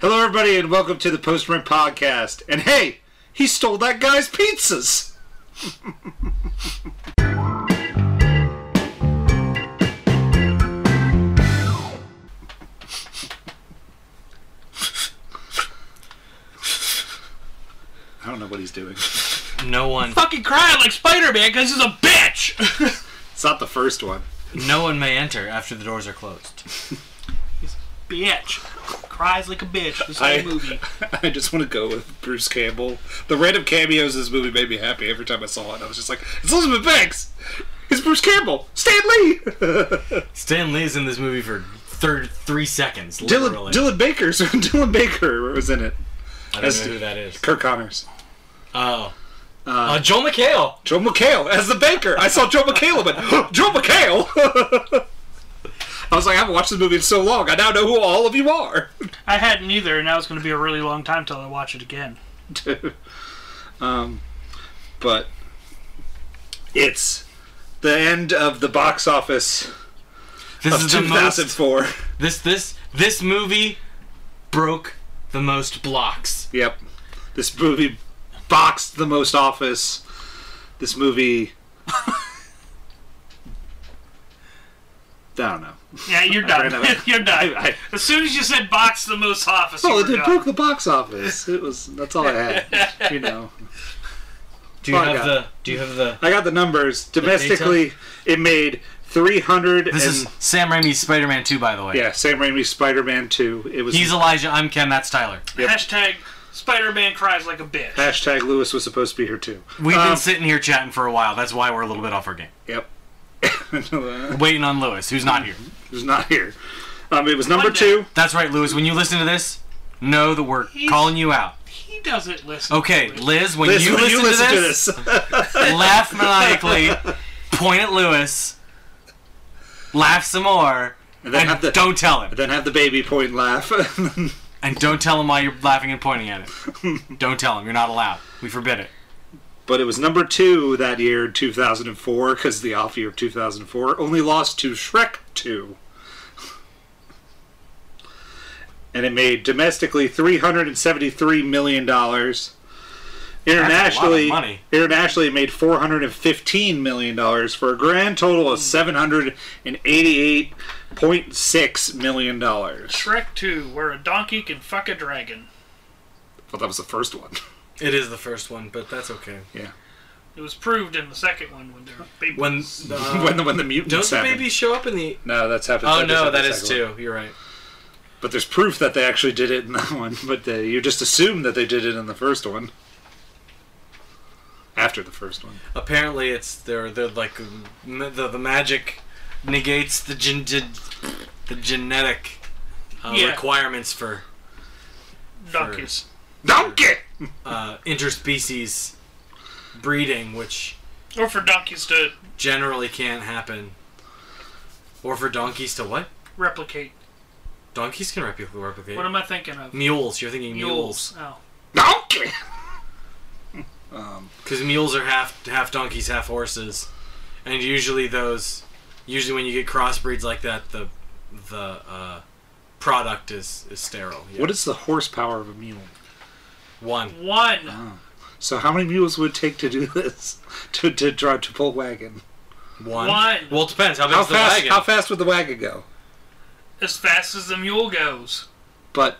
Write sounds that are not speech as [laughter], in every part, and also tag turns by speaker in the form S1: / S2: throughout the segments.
S1: Hello, everybody, and welcome to the Post Rent Podcast. And hey, he stole that guy's pizzas. I don't know what he's doing. It's
S2: No one,
S3: fucking crying like Spider-Man because he's a bitch.
S1: not the first one. [laughs]
S2: [laughs] no one may enter after the doors are closed.
S3: bitch. Cries like a bitch. This whole
S1: I-
S3: movie.
S1: I just want to go with Bruce Campbell. The random cameos in this movie made me happy every time I saw it. I was just like, it's Elizabeth Banks! It's Bruce Campbell! Stan Lee!
S2: Stan Lee's in this movie for thir- three seconds.
S1: Dylan,
S2: Literally.
S1: Dylan [laughs] Baker's Dylan Baker was in it.
S2: I don't know who
S1: [laughs]
S2: that is.
S1: Kirk Connors.
S2: Oh, uh, Joel McHale.
S1: Joe McHale as the Baker. I saw Joe McHale, but [gasps] Joe McHale! [laughs] I was like, I haven't watched this movie in so long. I now know who all of you are. [laughs]
S3: I hadn't either, and now it's going to be a really long time till I watch it again.
S1: um, but it's the end of the box office
S2: This
S1: of
S2: is the most.
S1: 2004.
S2: This this this movie broke the most blocks.
S1: [laughs] Yep. This movie boxed the most office. This movie. [laughs] I don't know.
S3: Yeah, you're done.
S1: ran out of-
S3: [laughs] you're done.
S1: I- I-
S3: as soon as you said box the most office,
S1: Well,
S3: you
S1: it,
S3: were
S1: it
S3: done.
S1: broke the box office. It was that's all I had. [laughs] You know,
S2: Do you
S1: Fuck
S2: have
S1: yeah.
S2: the? Do you have the?
S1: I got the numbers domestically. It made three hundred and
S2: This is Sam Raimi's Spider-Man 2, by the way.
S1: yeah, Sam Raimi's Spider-Man Two. It was
S2: He's Elijah. I'm Ken. That's Tyler.
S1: Yep.
S3: Hashtag Spider-Man cries like a bitch.
S1: hashtag Lewis was supposed to be here too.
S2: We've
S1: Um,
S2: been sitting here chatting for a while. That's why we're a little bit off our game.
S1: Yep, [laughs]
S2: Waiting on Lewis, who's not here.
S1: it was not here. Um, it was number
S3: Monday.
S1: two.
S2: That's right, Lewis. When you listen to this, know that we're
S3: He's-
S2: calling you out.
S3: He doesn't listen.
S2: Okay,
S3: to it.
S2: Liz, when,
S1: Liz,
S2: you,
S1: when
S2: listen
S1: you listen
S2: to this,
S1: to this. [laughs]
S2: [laughs] laugh maniacally, point at Lewis, laugh some more,
S1: And then
S2: and
S1: have the
S2: don't tell him.
S1: then have the baby point and laugh. [laughs]
S2: And don't tell him why you're laughing and pointing at
S1: [laughs]
S2: it. don't tell him. You're not allowed. We forbid it.
S1: but it was number two that year, 2004, because the off year of 2004 only lost to Shrek 2. And it made domestically 373 million dollars. Internationally,
S2: money.
S1: internationally, it made 415 million dollars for a grand total of 788.6 million dollars.
S3: Shrek 2, where a donkey can fuck a dragon.
S1: Well, that was the first one. [laughs]
S2: It is the first one, but that's okay.
S1: Yeah,
S3: It was proved in the second one when they're babies.
S1: [laughs]
S2: uh,
S1: when the when the mutants happened.
S2: show up in the?
S1: No, that's happened.
S2: Oh no,
S1: happened
S2: that
S1: the
S2: is
S1: second one.
S2: two. You're right.
S1: But there's proof that they actually did it in that one. But they, you just assume that they did it in the first one. After the first one.
S2: Apparently, it's they're they're like the the magic negates the gen, gen- the genetic uh,
S3: Yeah.
S2: requirements for
S3: donkeys.
S1: Donkey!
S2: uh, interspecies breeding, which
S3: Or for donkeys to
S2: generally can't happen. Or for donkeys to what?
S3: replicate.
S2: Donkeys can replicate. replicate.
S3: What am I thinking of?
S2: mules. You're thinking mules
S3: Oh.
S1: Donkey!
S2: because mules are half half donkeys, half horses, and usually those, usually when you get crossbreeds like that, the the uh, product is is sterile. Yeah.
S1: What is the horsepower of a mule?
S2: one?
S3: One.
S1: So how many mules would it take to do this? [laughs] To, to drive to pull wagon?
S2: One.
S3: One.
S2: Well, it depends. How
S1: How
S2: big's the
S1: fast,
S2: wagon?
S1: how fast would the wagon go?
S3: as fast as the mule goes.
S1: But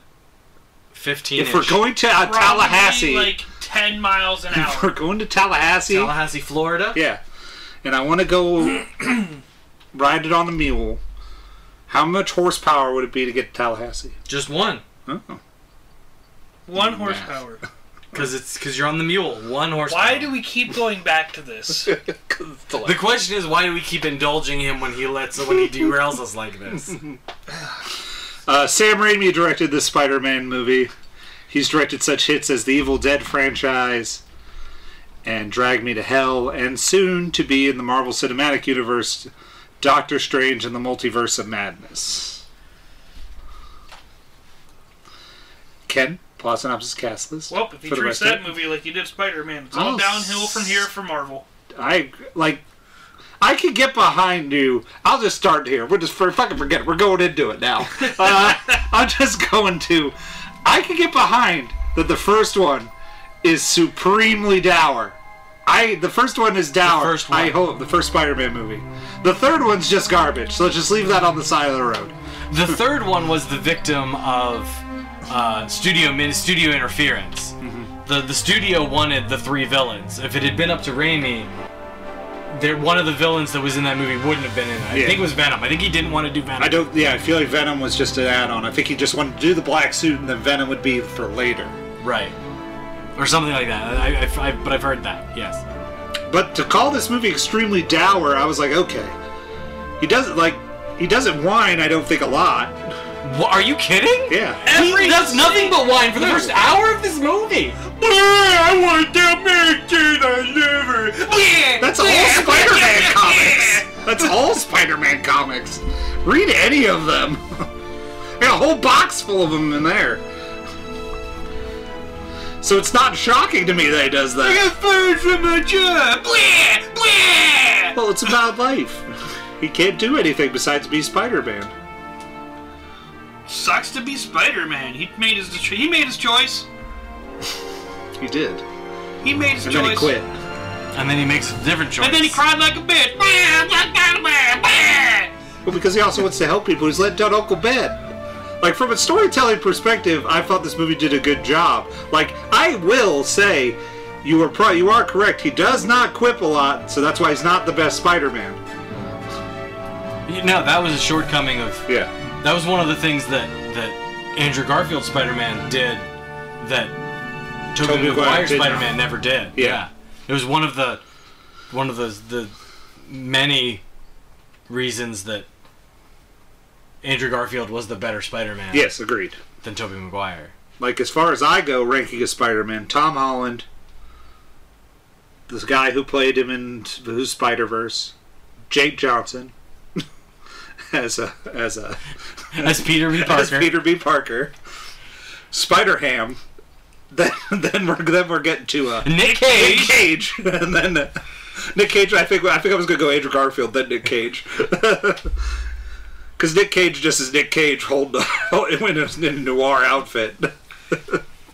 S2: Fifteen.
S1: if we're
S2: inch.
S1: going to uh,
S3: Probably
S1: Tallahassee, [laughs]
S3: like ten miles an
S1: if we're
S3: hour.
S1: going to Tallahassee,
S2: Tallahassee, Florida.
S1: Yeah. And I want to go ride it on the mule. How much horsepower would it be to get to Tallahassee?
S2: Just one,
S1: Oh. [laughs]
S3: One horsepower.
S2: because it's because you're on the mule. One horse.
S3: Why do we keep going back
S1: [laughs]
S3: to this?
S2: The question is, why do we keep indulging him when he lets when he derails us
S1: [laughs]
S2: like this?
S1: Uh, Sam Raimi directed this Spider Man movie. He's directed such hits as the Evil Dead franchise and Drag Me to Hell, and soon to be in the Marvel Cinematic Universe, Doctor Strange and the Multiverse of Madness. Ken, plot synopsis cast list.
S3: Well, if he
S1: for the
S3: treats
S1: rest of
S3: that
S1: it.
S3: movie like he did Spider Man, it's
S1: Oh,
S3: all downhill from here for Marvel.
S1: I like. I could get behind you. I'll just
S2: [laughs]
S1: start here. We're just for, fucking forget it. We're going into it now. Uh, I'm just going to. I can get behind that the first one is supremely dour. I the first one is dour.
S2: first one.
S1: I hope the first Spider-Man movie. The third one's just garbage. So let's just leave that on the side of the road.
S2: The third one was the victim of uh, studio min- studio interference.
S1: Mm-hmm.
S2: The the studio wanted the three villains. If it had been up to Raimi, there one of the villains that was in that movie wouldn't have been in it. I
S1: Yeah.
S2: think it was Venom. I think he didn't want to do Venom.
S1: I don't. Yeah, I feel like Venom was just an add-on. I think he just wanted to do the black suit, and then Venom would be for later.
S2: Right. Or something like that. I, I, I, but I've heard that. Yes.
S1: But to call this movie extremely dour, I was like, okay. He doesn't like. He doesn't whine. I don't think a lot.
S2: Wha are you kidding?
S1: Yeah.
S2: He does nothing but whine for the first hour of this movie.
S1: I want the American I That's all Spider-Man comics. That's all Spider-Man comics. Read any of them. [laughs] Got a whole box full of them in there. So it's not shocking to me that he does that.
S2: fired from my job. Blah, blah.
S1: Well, it's about life. He can't do anything besides be Spider-Man.
S3: Sucks to be Spider-Man. He made his he made his choice.
S1: He did.
S3: He made his
S1: And
S3: choice.
S1: then he quit.
S2: And then he makes a different choice.
S3: And then he cried like a bitch.
S1: Well, because he also wants to help people. He's let down Uncle Ben. Like, from a storytelling perspective, I thought this movie did a good job. Like, I will say, you were pro- you are correct. He does not quip a lot, so that's why he's not the best Spider-Man.
S2: No, that was a shortcoming of.
S1: Yeah.
S2: That was one of the things that that Andrew Garfield Spider-Man did that Tobey
S1: Tobey Maguire
S2: Maguire
S1: did not.
S2: Spider-Man never did.
S1: Yeah.
S2: It was one of the one of those the many reasons that Andrew Garfield was the better Spider-Man
S1: Yes, agreed.
S2: than Tobey Maguire.
S1: Like, as far as I go, ranking as Spider-Man, Tom Holland, this guy who played him in Who's Spider-Verse, Jake Johnson, [laughs] as a as a
S2: As Peter B.
S1: as
S2: Parker.
S1: Peter B. Parker, Spider Ham. [laughs] Then, then we're then we're getting to uh,
S2: Nick
S1: Nick
S2: Cage.
S1: Cage, [laughs] and then uh, Nick Cage. I think I think I was gonna go Andrew Garfield, then Nick Cage, [laughs] because Nick Cage just is Nick Cage holding [laughs] in a, in a noir outfit.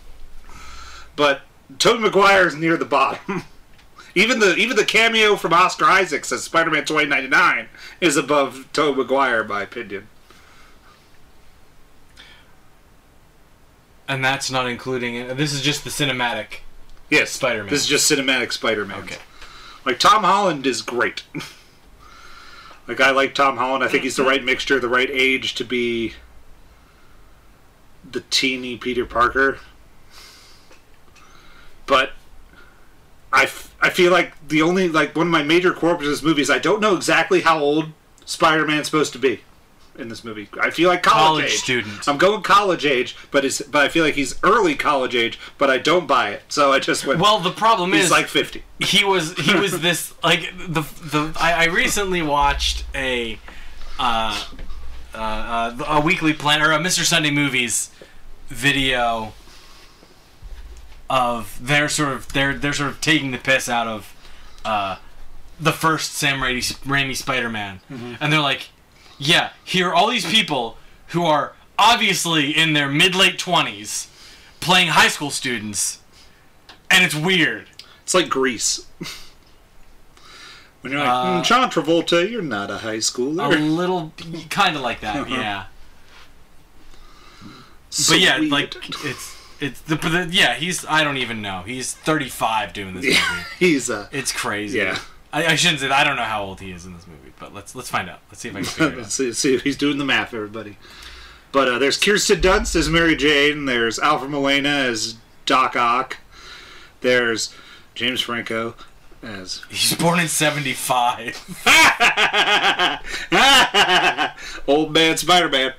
S1: [laughs] but Tobey Maguire is near the bottom. [laughs] Even the even the cameo from Oscar Isaac as Spider Man twenty ninety nine is above Tobey Maguire, in my opinion.
S2: And that's not including it. This is just the cinematic.
S1: Yes,
S2: Spider-Man.
S1: This is just cinematic Spider-Man.
S2: Okay.
S1: Like Tom Holland is great. [laughs] like I like Tom Holland. I think he's the right mixture, the right age to be the teeny Peter Parker. But I, f- I feel like the only like one of my major quarrels with this movie is I don't know exactly how old Spider-Man's supposed to be in this movie. I feel like college,
S2: College
S1: age.
S2: student.
S1: I'm going college age, but is but I feel like he's early college age, but I don't buy it. So I just went.
S2: Well, the problem
S1: he's
S2: is
S1: like 50.
S2: he was he was this like the the I, I recently watched a uh, uh, uh, a weekly plan or a Mr. Sunday movies video of their sort of they're they're sort of taking the piss out of uh, the first Sam Raimi, Raimi Spider-Man, and they're like, yeah, here are all these people who are obviously in their mid late twenties playing high school students, and it's weird.
S1: It's like Greece. when you're like
S2: Uh,
S1: "Hmm, John Travolta, you're not a high
S2: A
S1: schooler.
S2: little, kind of like
S1: [laughs]
S2: that, yeah.
S1: So
S2: But yeah,
S1: weird.
S2: like it's it's the, but the yeah he's I don't even know he's 35 doing this movie.
S1: [laughs] he's uh,
S2: It's crazy.
S1: Yeah.
S2: I, I shouldn't say that. I don't know how old he is in this movie, but let's let's find out. Let's see
S1: [laughs]
S2: if I can figure it out.
S1: Let's see, see if he's doing the math, everybody. But uh, there's Kirsten Dunst as Mary Jane. There's Alfred Molina as Doc Ock. There's James Franco as [laughs]
S2: He's born in 75.
S1: Old Man Uh, Spider Man.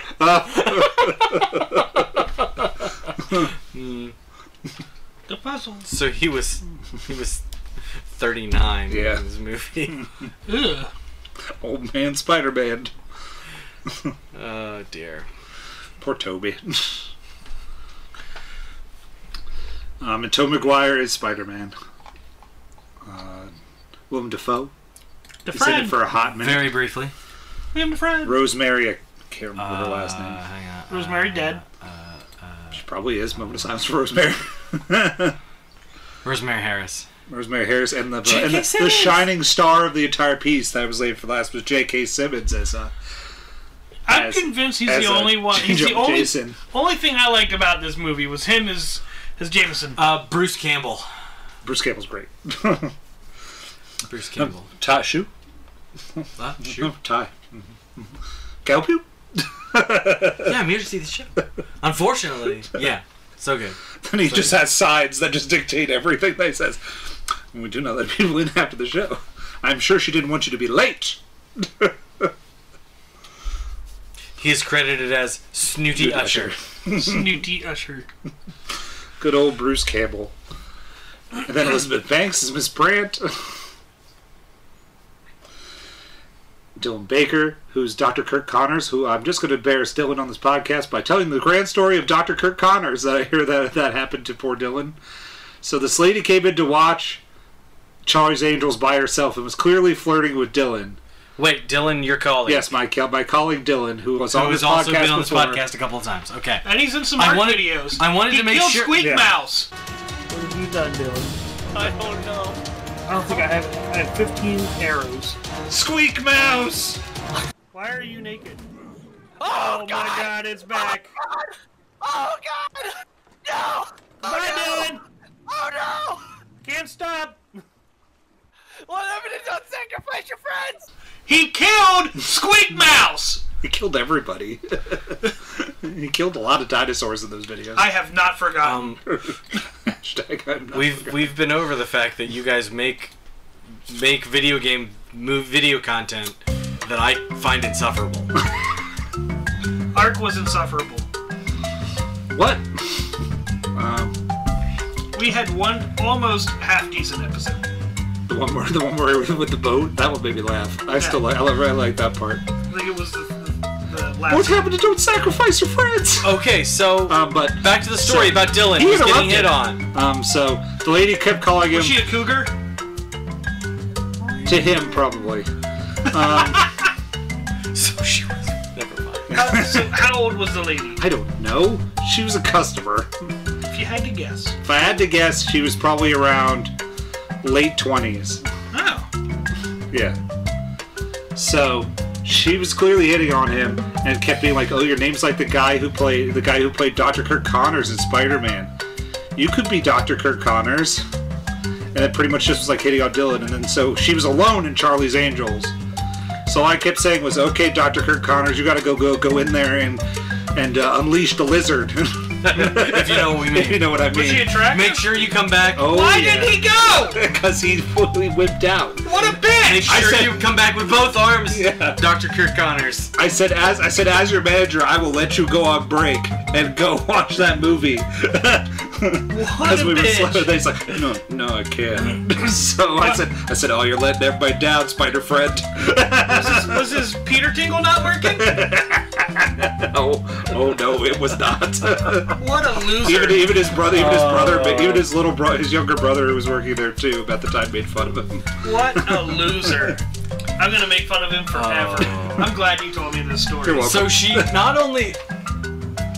S3: The puzzle.
S2: So he was he was 39
S1: Yeah.
S2: in this movie. [laughs]
S3: Ugh.
S1: Old Man Spider Man.
S2: oh dear.
S1: Poor Toby. um, and Tom McGuire is Spider Man. Uh, Willem Dafoe.
S3: The
S1: He's in it
S3: friend.
S1: for a hot minute.
S2: Very briefly.
S3: Him the friend.
S1: Rosemary, I can't remember her last
S2: Uh,
S1: name.
S2: hang on.
S3: Rosemary dead.
S1: She probably is moment of silence for
S3: [laughs]
S1: Rosemary.
S2: Rosemary Harris.
S1: Rosemary Harris and the
S2: J.K.
S1: and the, the
S2: Simmons.
S1: shining star of the entire piece that I was laid for last was J.K. Simmons as uh,
S3: I'm
S1: As-
S3: convinced he's
S1: as
S3: the
S1: a
S3: only one. He's
S1: change-up
S3: the only
S1: Jason.
S3: only thing I liked about this movie was him as as Jameson.
S1: [laughs]
S2: Uh, Bruce Campbell.
S1: Bruce Campbell's great. [laughs]
S2: Bruce Campbell.
S1: Tie shoe?
S2: Uh, sure.
S1: Tie. Mhm. Mhm. Can I help you?
S2: Yeah, I'm here to see the show. Unfortunately, yeah, so good.
S1: And he just has signs that just dictate everything that he says. And we do not let [laughs] people in after the show. I'm sure she didn't want you to be late.
S2: He is credited as Snooty Usher.
S3: Snooty Usher.
S1: Good old Bruce Campbell. And then Elizabeth Banks is Miss Brandt. [laughs] Dylan Baker, who's Dr. Kirk Connors, who I'm just going to embarrass Dylan on this podcast by telling the grand story of Dr. Kirk Connors that I hear that that happened to poor Dylan. So this lady came in to watch Charlie's Angels by herself and was clearly flirting with Dylan.
S2: Wait, Dylan, you're calling.
S1: Yes, my co- my colleague Dylan, who was on
S2: who
S1: this
S2: has also
S1: podcast
S2: been on this
S1: before.
S2: podcast a couple of times. Okay.
S3: And he's in some
S2: I
S3: art
S2: wanted-
S3: videos.
S2: I wanted
S3: he
S2: to make
S3: killed
S2: sure-
S3: Squeak
S1: Yeah.
S3: Mouse.
S4: What have you done, Dylan?
S3: I don't know.
S4: I don't think I have. I have 15 arrows.
S1: Squeak Mouse.
S4: Why are you naked? Oh, my God! It's back.
S5: Oh God! No! Oh,
S4: Bye,
S5: no!
S4: Dylan.
S5: Oh
S4: Can't stop.
S5: no! What happened to don't sacrifice your friends?
S3: He killed Squeak Mouse.
S1: He killed everybody. [laughs] he killed a lot of dinosaurs in those videos.
S3: I have not forgotten.
S2: Um,
S1: Hashtag I'm not
S2: we've we've been over the fact that you guys make make video game move video content that I find insufferable.
S1: [laughs]
S3: Ark was insufferable.
S1: forgetting. what? Um,
S3: We had one almost half decent episode.
S1: the one where the one where with, with the boat that one made me laugh. I still like I, love, I like that part.
S3: I think it was the, the, the
S1: What's
S3: last.
S1: happened to don't sacrifice your friends?
S2: Okay, so
S1: Um, but
S2: back to the story
S1: so-
S2: about Dylan.
S1: You
S2: He's getting
S1: interrupted.
S2: hit on.
S1: um, so the lady kept calling him
S3: Was she a cougar?
S1: to him probably.
S2: So she was.
S1: [laughs]
S2: Never mind.
S3: How, so how old was the lady?
S1: I don't know. She was a customer.
S3: If you had to guess.
S1: If I had to guess, she was probably around late twenties.
S3: Oh.
S1: Yeah. So she was clearly hitting on him and kept being like, "Oh, your name's like the guy who played the guy who played Dr. Kirk Connors in Spider-Man. You could be Dr. Kirk Connors." And it pretty much just was like hitting on Dylan. And then so she was alone in Charlie's Angels. So all I kept saying was, "Okay, Dr. Kirk Connors, you got to go go go in there and and uh, unleash the lizard." [laughs]
S2: If you know what we
S1: you
S2: mean.
S1: know what I
S3: Was she
S1: mean?
S3: attractive?
S2: Make sure you come back.
S1: Oh,
S3: Why did
S1: [laughs]
S3: he go?
S1: Because he fully whipped out.
S3: What a bitch!
S2: Make
S1: I
S2: sure
S1: said-
S2: you come back with both arms,
S1: Yeah.
S2: Dr. Kirk Connors.
S1: I said, as I said, as your manager, I will let you go on break and go [laughs] watch that movie. Because
S3: a
S1: we were
S3: bitch.
S1: slow, he's like, no, no, I can't. [laughs] so I said, I said, oh, you're letting everybody down, Spider Friend. [laughs]
S3: Was his Peter Tingle not working?
S1: [laughs] oh, oh no, it was not. [laughs]
S3: What a loser.
S1: even even his brother, even his brother,
S3: Oh.
S1: even his little brother, his younger brother who was working there too, about the time made fun of him.
S3: What a loser. I'm gonna make fun of him forever.
S2: Oh.
S3: I'm glad you told me this story.
S1: You're welcome.
S2: So she not only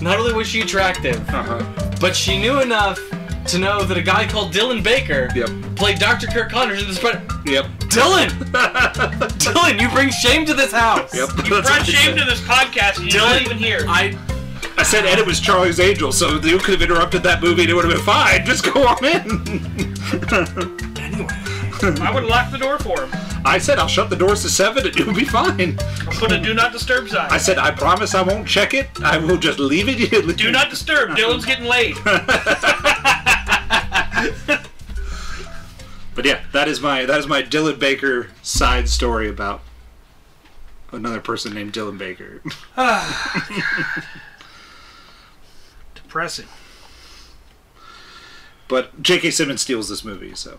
S2: not only was she attractive,
S1: Uh-huh.
S2: but she knew enough to know that a guy called Dylan Baker
S1: Yep.
S2: played Dr. Kirk Connors in the spread.
S1: Yep. [laughs]
S2: Dylan! Dylan, you bring shame to this house.
S1: Yep. [laughs]
S3: You brought shame to this podcast and you're not even here.
S2: I
S1: I said, and it was Charlie's Angel, so you could have interrupted that movie and it would have been fine. Just go on in.
S3: I would lock the door for him.
S1: I said I'll shut the doors to seven and [laughs] you'll be fine.
S3: I'll put a do not disturb sign.
S1: I said I promise I won't check it. I will just leave it. [laughs]
S3: do not disturb. Dylan's getting [laughs] laid.
S1: But yeah, that is my that is my Dylan Baker side story about another person named Dylan Baker. [laughs]
S3: Depressing.
S1: But J.K. Simmons steals this movie, so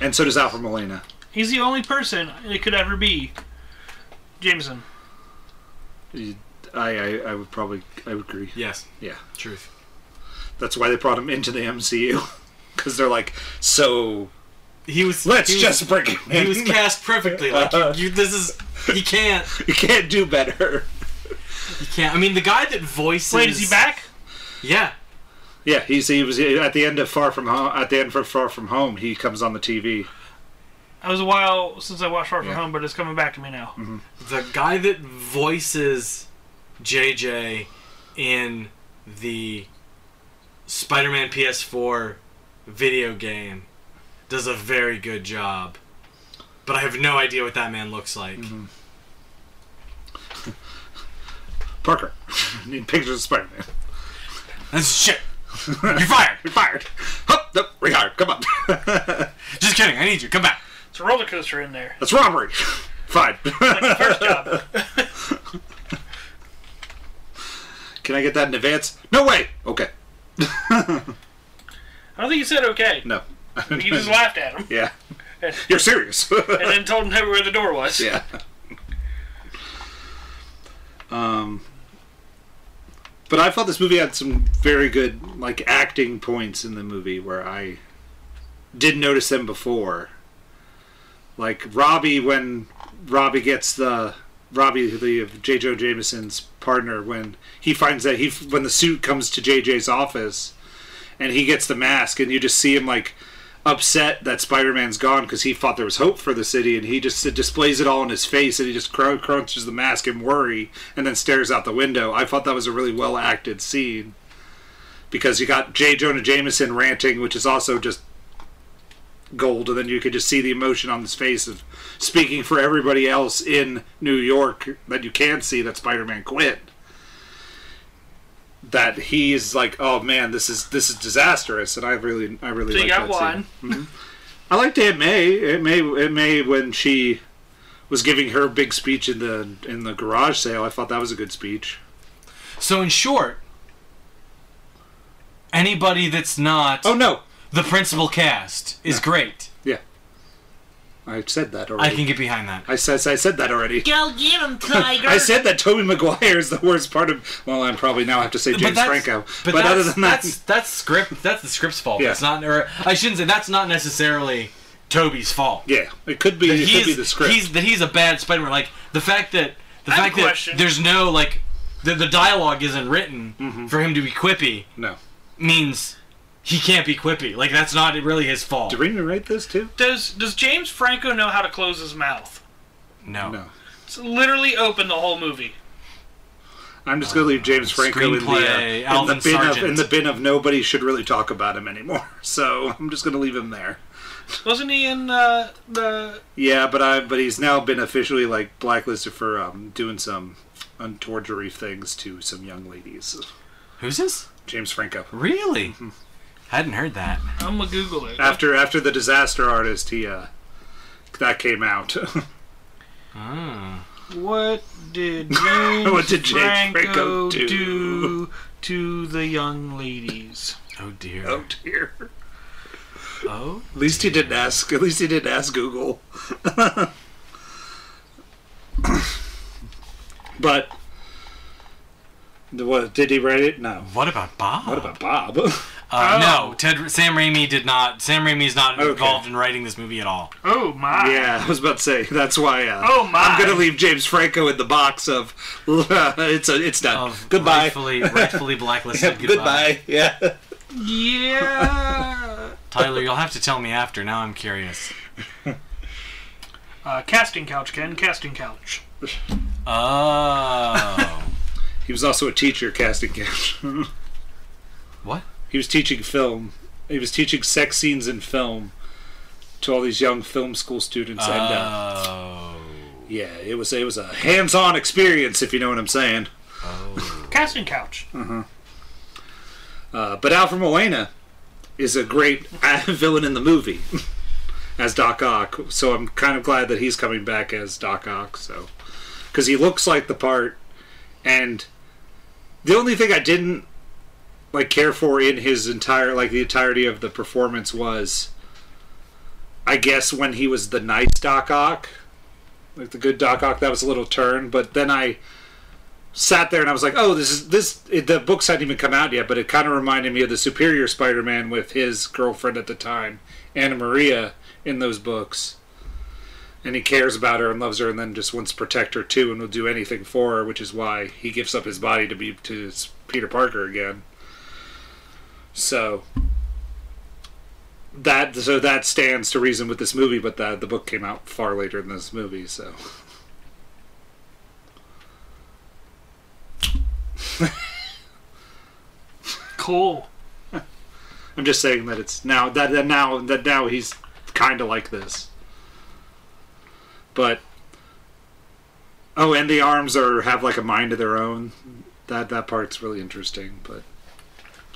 S1: and so does Alfred Molina.
S3: He's the only person it could ever be. Jameson.
S1: I, I I would probably I would agree.
S2: Yes,
S1: Yeah,
S2: truth.
S1: that's why they brought him into the [laughs] MCU because they're like so.
S2: He was
S1: Let's
S2: he was-
S1: just bring him.
S2: he
S1: in.
S2: was
S1: [laughs]
S2: cast perfectly. Like you, you this is he can't
S1: you can't do better.
S2: he can't I mean the guy that voices
S3: Wait, is he back?
S2: Yeah.
S1: Yeah, he's he was at the end of Far From Home. At the end of Far From Home, he comes on the TV.
S3: It was a while since I watched Far From Home, but it's coming back to me now.
S2: The guy that voices JJ in the Spider Man PS4 video game does a very good job. But I have no idea what that man looks like.
S1: Parker, [laughs] need pictures of Spider Man.
S2: That's shit. You're fired.
S1: You're fired. Hup, nope, rehired. Come on. [laughs]
S2: Just kidding. I need you. Come back.
S3: It's a roller coaster in [laughs] there.
S1: That's robbery. Fine. [laughs]
S3: First job.
S1: Can I get that in advance? No way. Okay.
S3: I don't think you said okay.
S1: No.
S3: You
S1: [laughs]
S3: just laughed at him
S1: yeah. You're serious. [laughs]
S3: and then told him where the door was.
S1: yeah. [laughs] Um. But I thought this movie had some very good like acting points in the movie where I did notice them before. Like Robbie when Robbie gets the Robbie the J. Joe Jameson's partner when he finds that he when the suit comes to JJ's office and he gets the mask and you just see him like upset that Spider-Man's gone because he thought there was hope for the city, and he just it displays it all in his face, and he just cr- crunches the mask in worry, and then stares out the window. I thought that was a really well acted scene because you got J. Jonah Jameson ranting, which is also just gold, and then you could just see the emotion on his face of speaking for everybody else in New York that you can't see that Spider-Man quit. That he's like, oh man, this is this is disastrous, and I really, I really
S3: So you
S1: like
S3: got
S1: that scene.
S3: one.
S1: I liked Aunt May. Aunt May, Aunt May, when she was giving her big speech in the in the garage sale, I thought that was a good speech.
S2: So, in short, anybody that's not
S1: Oh no,
S2: the principal cast is great.
S1: I said that
S2: I
S1: already. I,
S2: can get behind that.
S1: said I said that already.
S5: Go get
S3: [laughs]
S5: him, Tiger.
S1: I said that Toby Maguire is the worst part of. Well, I'm probably now have to say James
S2: that's-
S1: Franco.
S2: But,
S1: But, other
S2: that's-
S1: than that,
S2: that's that's script. That's the script's fault.
S1: Yeah.
S2: It's not. Or I shouldn't say that's not necessarily Toby's fault.
S1: yeah, it could be. It could be the script.
S2: He's that he's a bad Spider-Man. Like the fact that the
S3: I have a
S2: fact that
S3: question.
S2: there's no like the, the dialogue isn't written
S1: Mm-hmm.
S2: for him to be quippy
S1: no,
S2: means he can't be quippy. Like that's not really his fault.
S1: did Raymond write this too?
S3: Does Does James Franco know how to close his mouth?
S2: no.
S1: No.
S3: It's literally open the whole movie.
S1: I'm just gonna leave James Franco in the, uh,
S2: Screenplay,
S1: in the
S2: Alvin
S1: bin of
S2: Sargent.
S1: in the bin of nobody should really talk about him anymore. [laughs] So I'm just gonna leave him there.
S3: Wasn't he in uh, the?
S1: Yeah, but I but he's now been officially like blacklisted for um, doing some untortury things to some young ladies.
S2: Who's this?
S1: James Franco.
S2: Really?
S1: Mm-hmm.
S2: Hadn't heard that.
S3: I'm gonna Google it.
S1: After after the disaster artist, he uh, that came out. [laughs]
S2: Oh.
S3: What
S1: [laughs]
S3: did James,
S1: What did James Franco
S3: Franco,
S1: do?
S3: do? to the young ladies?
S2: Oh dear.
S1: oh dear.
S2: oh?
S1: At least he didn't ask. At least he didn't ask Google. [laughs] but the- what did he write it? No.
S2: What about Bob?
S1: What about Bob? [laughs]
S2: Uh,
S3: Oh.
S2: No, Ted. Sam Raimi did not. Sam Raimi is not
S1: Okay.
S2: involved in writing this movie at all.
S3: Oh my!
S1: Yeah, I was about to say that's why. Uh,
S3: Oh, my.
S1: I'm gonna leave James Franco in the box of [laughs] it's a, it's done.
S2: Of
S1: Goodbye.
S2: Rightfully,
S3: [laughs]
S2: rightfully blacklisted.
S1: Goodbye.
S2: [laughs]
S1: Yeah.
S3: Yeah.
S2: Tyler, you'll have to tell me after. Now I'm curious.
S3: [laughs] uh, casting couch, Ken. Casting couch.
S2: Oh.
S1: He was also a teacher casting couch. [laughs]
S2: What?
S1: He was teaching film. He was teaching sex scenes in film to all these young film school students. And uh,
S2: Oh.
S1: yeah, it was it was a hands-on experience, if you know what I'm saying.
S2: Oh.
S3: Casting couch.
S1: Uh, but Alfred Molina is a great [laughs] villain in the movie [laughs] as Doc Ock. So I'm kind of glad that he's coming back as Doc Ock. So because he looks like the part, and the only thing I didn't like care for in his entire like the entirety of the performance was, I guess when he was the nice Doc Ock, like the good Doc Ock, that was a little turn. But then I sat there and I was like, oh, this is this. It, the books hadn't even come out yet, but it kind of reminded me of the Superior Spider-Man with his girlfriend at the time, Anna Maria, in those books. And he cares about her and loves her, and then just wants to protect her too, and will do anything for her, which is why he gives up his body to be to Peter Parker again. So that so that stands to reason with this movie, but the the book came out far later than this movie, so
S3: Cool.
S1: I'm just saying that it's now that, that now that now he's kind of like this. But oh, and the arms are have like a mind of their own. That that part's really interesting, but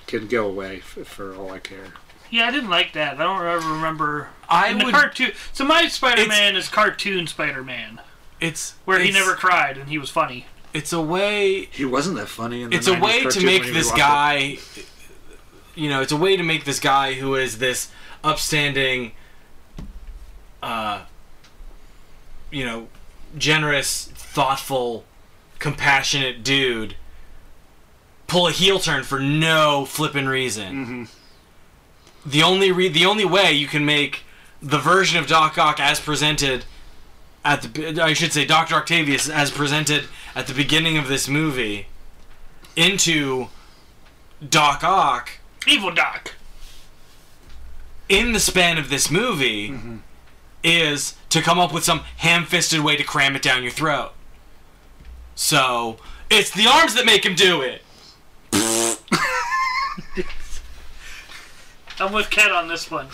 S1: can go away f- for all I care.
S3: Yeah, I didn't like that. I don't ever remember.
S2: I
S3: In the
S2: would.
S3: cartoon. So my Spider-Man is cartoon Spider-Man,
S2: it's
S3: where he
S2: it's-
S3: never cried and he was funny.
S2: It's a way.
S1: He wasn't that funny. In the
S2: It's a
S1: 90s
S2: way to
S1: cartoon
S2: make
S1: when you
S2: this
S1: watch it.
S2: guy. You know, it's a way to make this guy who is this upstanding, uh, you know, generous, thoughtful, compassionate dude pull a heel turn for no flippin'
S1: Mm-hmm.
S2: reason. The only re- the only way you can make the version of Doc Ock as presented at the I should say Doctor Octavius as presented at the beginning of this movie into Doc Ock
S3: Evil Doc.
S2: in the span of this movie is to come up with some ham-fisted way to cram it down your throat. So it's the arms that make him do it.
S3: I'm with Ken on this [laughs] one.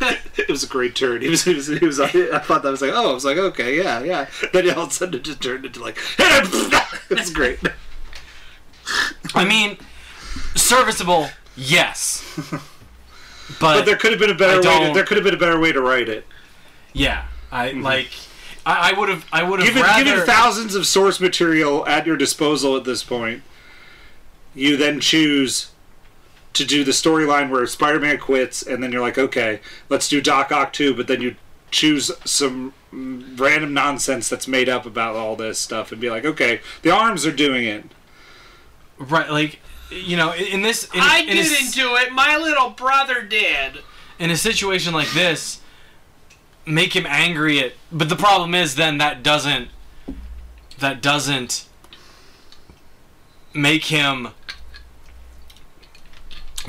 S2: [laughs]
S1: It was a great turn. He was, he was, he was. I thought that was like, oh, I was like, okay, yeah, yeah. Then all of a sudden it just turned into like, [laughs] it was great. [laughs]
S2: I mean, serviceable, yes. But,
S1: But there could have been a better
S2: I
S1: way. To,
S2: don't-
S1: there could have been a better way to write it.
S2: yeah, I like. I would have. I would have
S1: Given,
S2: rather.
S1: given thousands of source material at your disposal at this point, you then choose to do the storyline where Spider-Man quits, and then you're like, okay, let's do Doc Ock too. But then you choose some mm, random nonsense that's made up about all this stuff, and be like, okay, the arms are doing it.
S2: right, like you know, in, in this. In,
S3: I
S2: in a s-
S3: didn't do it. My little brother did.
S2: in a situation like this, make him angry at. But the problem is, then that doesn't. That doesn't make him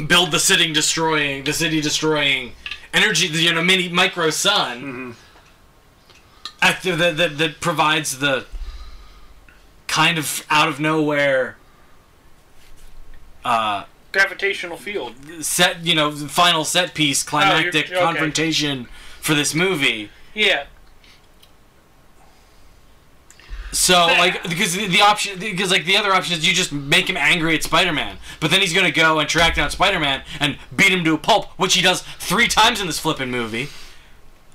S2: build the sitting destroying the city destroying energy the, you know mini micro sun at the, that, that that provides the kind of out of nowhere
S3: Gravitational field.
S2: set you know final set piece climactic
S3: okay.
S2: confrontation for this movie
S3: Yeah.
S2: So like because the, the option because like the other option is you just make him angry at Spider-Man, but then he's gonna go and track down Spider-Man and beat him to a pulp, which he does three times in this flippin' movie.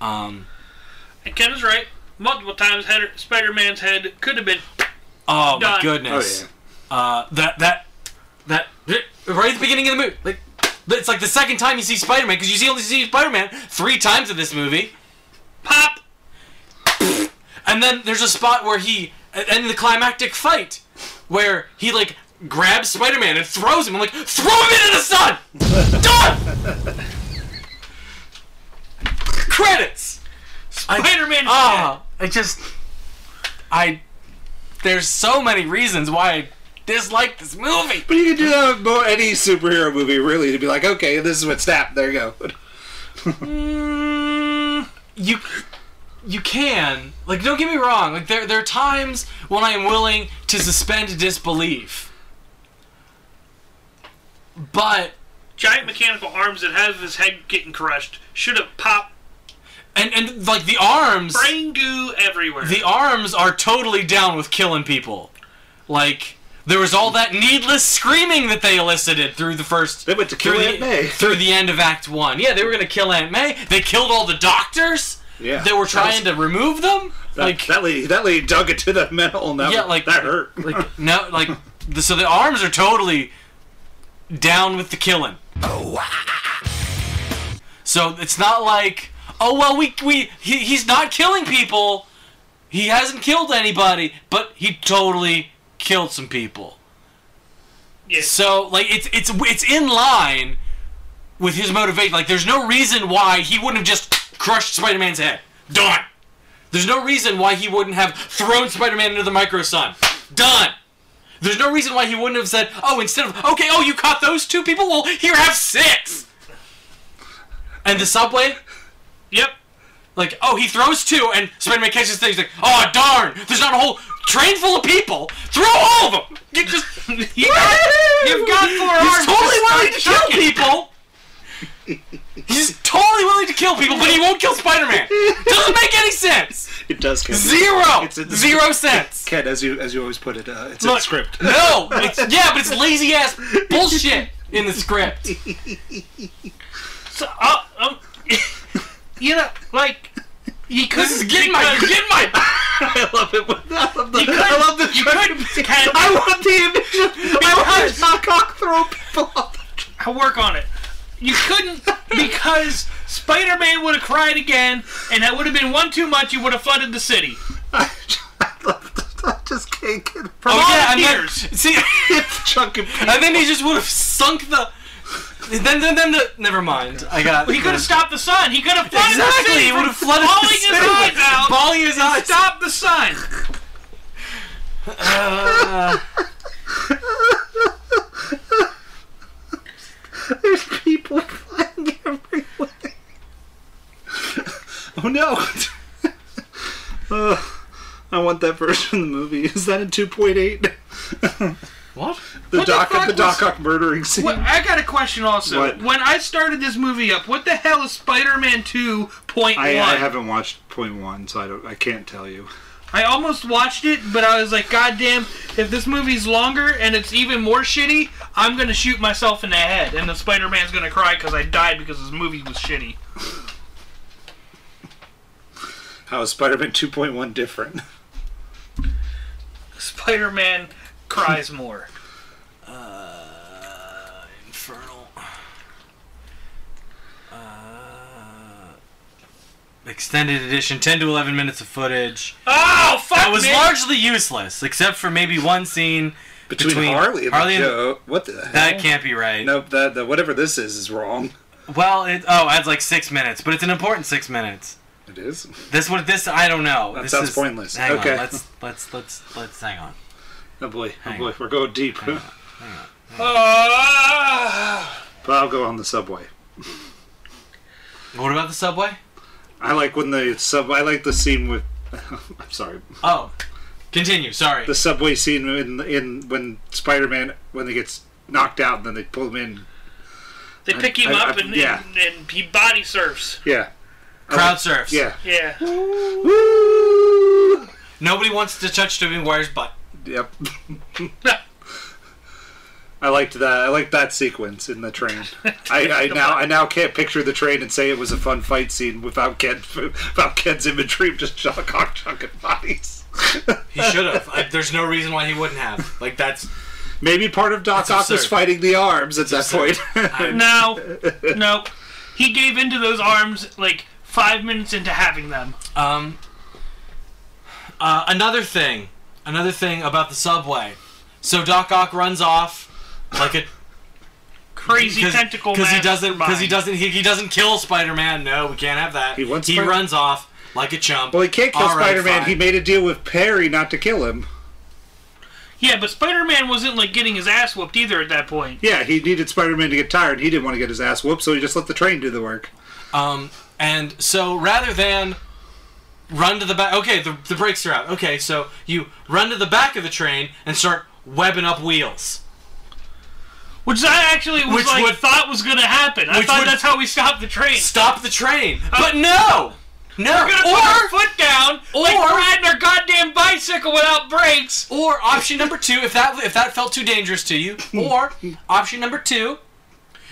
S2: Um,
S3: And Ken is right. Multiple times, head, Spider-Man's head could have been.
S2: oh my
S3: Done.
S2: goodness, uh, that that that right at the beginning of the movie, like it's like the second time you see Spider-Man because you see only see Spider-Man three times in this movie.
S3: Pop!
S2: And then there's a spot where he and the climactic fight where he like grabs Spider-Man and throws him. I'm like, throw him into the [laughs] sun. Done. Credits.
S3: Spider-Man
S2: Ah, I just I there's so many reasons why I dislike this movie.
S1: But you can do that with mo- any superhero movie, really, to be like, okay, this is what snap. There you go.
S2: you you can like don't get me wrong like there there are times when I am willing to suspend disbelief but
S3: giant mechanical arms that have his head getting crushed should have popped
S2: and and like the arms
S3: brain goo everywhere.
S2: the arms are totally down with killing people like there was all that needless screaming that they elicited through the first
S1: [laughs] They went to kill
S2: through the-
S1: Aunt May.
S2: through the end of act 1 yeah they were going to kill Aunt May they killed all the doctors
S1: Yeah.
S2: that were
S1: That
S2: trying to remove them
S1: That,
S2: like
S1: that lady, that lady dug into the metal, and that,
S2: Yeah, like-
S1: that hurt.
S2: Like no, like the, so the arms are totally down with the killing. So it's not like oh well we we he, he's not killing people. He hasn't killed anybody, but he totally killed some people.
S3: Yeah.
S2: So like it's it's it's in line with his motivation. Like there's no reason why he wouldn't have just crushed Spider-Man's head. Done. There's no reason why he wouldn't have thrown Spider-Man into the micro sun. Done. There's no reason why he wouldn't have said, "Oh, instead of okay, oh, you caught those two people. Well, here, have six. And the subway,
S3: Yep.
S2: like, oh, he throws two, and Spider-Man catches things like, oh, darn, there's not a whole train full of people. Throw all of them. You just, you got,
S5: You've got four
S2: He's
S5: arms.
S2: totally
S5: Just
S2: willing to
S5: start
S2: kill
S5: chucking.
S2: people. He's totally willing to kill people, but he won't kill Spider-Man. Doesn't make any sense.
S1: [laughs] It does. Ken.
S2: Zero.
S1: It's in the
S2: Zero cents.
S1: Ken, as you as you always put it, uh, it's in
S3: Look.
S1: the [laughs] script.
S2: No. It's, yeah, but it's lazy ass bullshit in the script.
S3: So, uh, um, [laughs] you know, like you couldn't.
S2: This is getting my. You're getting my.
S1: I love it. when- I love the. I
S3: couldn't-
S1: love the.
S3: you
S1: dragon
S3: couldn't-
S1: scene.
S3: Ken-
S1: I want the image. Of, I want
S3: Because-
S1: Mockcock throw people off. the [laughs] train.
S3: I work on it. You
S2: [laughs]
S3: couldn't because Spider-Man would have cried again, and that would have been one too much. You would have flooded the city.
S1: I, love, I just can't get. It.
S2: Oh yeah, and then,
S3: Volunteers.
S2: see,
S1: [laughs] It's chunky.
S2: and then he just would have sunk the. Then, then, then the. Never mind. I got.
S3: He could have stopped the sun. He could have flooded the
S2: Exactly.
S3: city.
S2: He would
S3: from
S2: have flooded
S3: falling
S2: the
S3: his
S2: city.
S3: eyes out.
S2: Balling his eyes.
S3: Stop the sun.
S2: Uh,
S1: There's people flying everywhere. [laughs] Oh no! [laughs] Ugh, I want that version of the movie. [laughs] Is that in 2.8?
S2: what?
S1: The
S3: What the
S1: Doc
S3: fuck
S1: the,
S3: was-
S1: Doc Ock murdering scene.
S3: Well, I got a question also.
S1: What?
S3: When I started this movie up, what the hell is Spider-Man 2.1?
S1: I, I haven't watched point one, so I don't. I can't tell you.
S3: I almost watched it, but I was like, God damn, if this movie's longer and it's even more shitty, I'm going to shoot myself in the head. And the Spider Man's going to cry because I died because this movie was shitty.
S1: How is Spider-Man 2.1 different? [laughs]
S3: Spider Man cries [laughs] more.
S2: Infernal. Uh, Extended edition, 10 to 11 minutes of footage.
S3: Oh, fuck!
S2: That was
S3: man.
S2: largely useless, except for maybe one scene
S1: Between, Harley and
S2: Harley and-
S1: Joe, what the hell?
S2: That can't be right.
S1: Nope. That, that whatever this is is wrong.
S2: Well, it oh, adds like six minutes, but it's an important six minutes.
S1: It is.
S2: This what this I don't know.
S1: That
S2: this
S1: sounds
S2: is,
S1: pointless.
S2: Hang
S1: Okay.
S2: on, let's let's let's let's hang on.
S1: Oh boy. Oh
S2: Hang
S1: boy.
S2: on.
S1: We're going deep.
S2: Hang on.
S3: Ah.
S1: but I'll go on the subway.
S2: What about the subway?
S1: I like when the sub. I like the scene with. [laughs] I'm sorry.
S2: Oh, continue. Sorry.
S1: The subway scene in in when Spider-Man when he gets knocked out and then they pull him in.
S3: They pick him
S1: I- I-
S3: up and,
S1: yeah.
S3: and, and he body surfs.
S1: Yeah.
S2: Crowd surfs.
S1: Yeah.
S3: Yeah.
S1: Woo!
S2: Nobody wants to touch Toby Maguire's butt.
S1: Yep. I liked that. I liked that sequence in the train. I, [laughs] I now I now can't picture the train and say it was a fun fight scene without Ken without Ken's imagery of just chuck cock chucking bodies. [laughs]
S2: He should have. I- There's no reason why he wouldn't have. Like that's
S1: Maybe part of Doc Ock was
S2: absurd.
S1: fighting the arms at that
S2: absurd.
S1: [laughs] point.
S3: No. no. He gave into those arms like five minutes into having them.
S2: um. Uh, another thing, another thing about the subway. So Doc Ock runs off like a
S3: Crazy tentacle
S2: because he doesn't because he
S3: mastermind.
S2: doesn't he, he doesn't kill Spider-Man. No, we can't have that.
S1: He wants Spider-
S2: runs off like a chump.
S1: well, he can't kill
S2: All right,
S1: Spider-Man.
S2: fine.
S1: He made a deal with Perry not to kill him.
S3: Yeah, but Spider Man wasn't like getting his ass whooped either at that point.
S1: Yeah, he needed Spider-Man to get tired. He didn't want to get his ass whooped, so he just let the train do the work.
S2: Um, and so rather than run to the back, okay, the, the brakes are out. Okay, so you run to the back of the train and start webbing up wheels.
S3: Which I actually was
S2: Which
S3: like
S2: would-
S3: thought was gonna happen. I
S2: Which
S3: thought
S2: would-
S3: that's how we stopped the train.
S2: Stop the train, but no, no,
S3: We're gonna put our
S2: or
S3: foot down, like
S2: or-
S3: we're riding our goddamn bicycle without brakes.
S2: or option number two, if that if that felt too dangerous to
S3: [laughs]
S2: you, or option number two,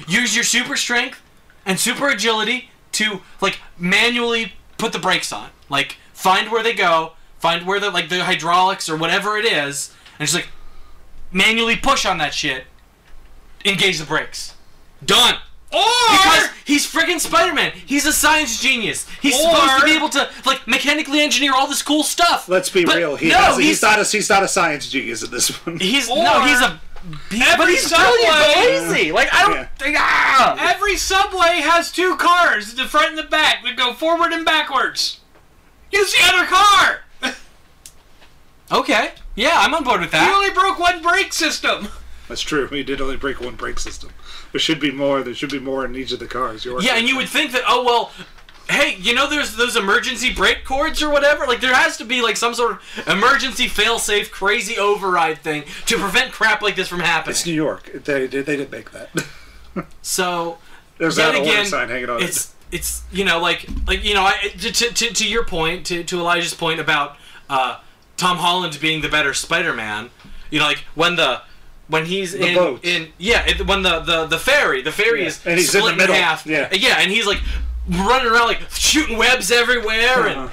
S2: use your super strength and super agility to like manually put the brakes on, like find where they go, find where the like the hydraulics or whatever it is, and just like manually push on that shit, engage the brakes, done.
S3: Or
S2: Because he's friggin' Spider-Man. He's a science genius. He's supposed to
S3: Or-
S2: be able to like mechanically engineer all this cool stuff.
S1: Let's be
S2: But
S1: real. He
S2: no,
S1: has-
S2: he's,
S1: he's not a he's not a science genius in this one.
S2: He's no,
S3: Or
S2: he's a he- but
S3: every
S2: he's brilliant, but
S3: subway-
S2: lazy. Like I
S1: Yeah.
S2: don't. think ah!
S3: every subway has two cars, the front and the back, that go forward and backwards. Use the other car.
S2: Okay. Yeah, I'm on board with
S3: He
S2: that.
S3: only broke one brake system.
S1: That's true. We did only break one brake system. There should be more. There should be more in each of the cars. You're
S2: Yeah, and you would think that oh well, hey, you know there's those emergency brake cords or whatever. Like there has to be like some sort of emergency fail-safe crazy override thing to prevent crap like this from happening.
S1: It's New York. They did. They did make that. [laughs]
S2: So
S1: There's
S2: yet
S1: that order
S2: again,
S1: sign hanging on it.
S2: it's it's you know like like you know I, to, to, to your point to, to Elijah's point about uh, Tom Holland being the better Spider-Man. You know like when the when he's in
S1: boat.
S2: in yeah it, when the, the the ferry the ferry
S1: Yeah,
S2: is
S1: and he's in
S2: split
S1: the middle,
S2: half Uh,
S1: yeah.
S2: yeah and he's like running around like shooting webs everywhere
S1: Uh-huh.
S2: and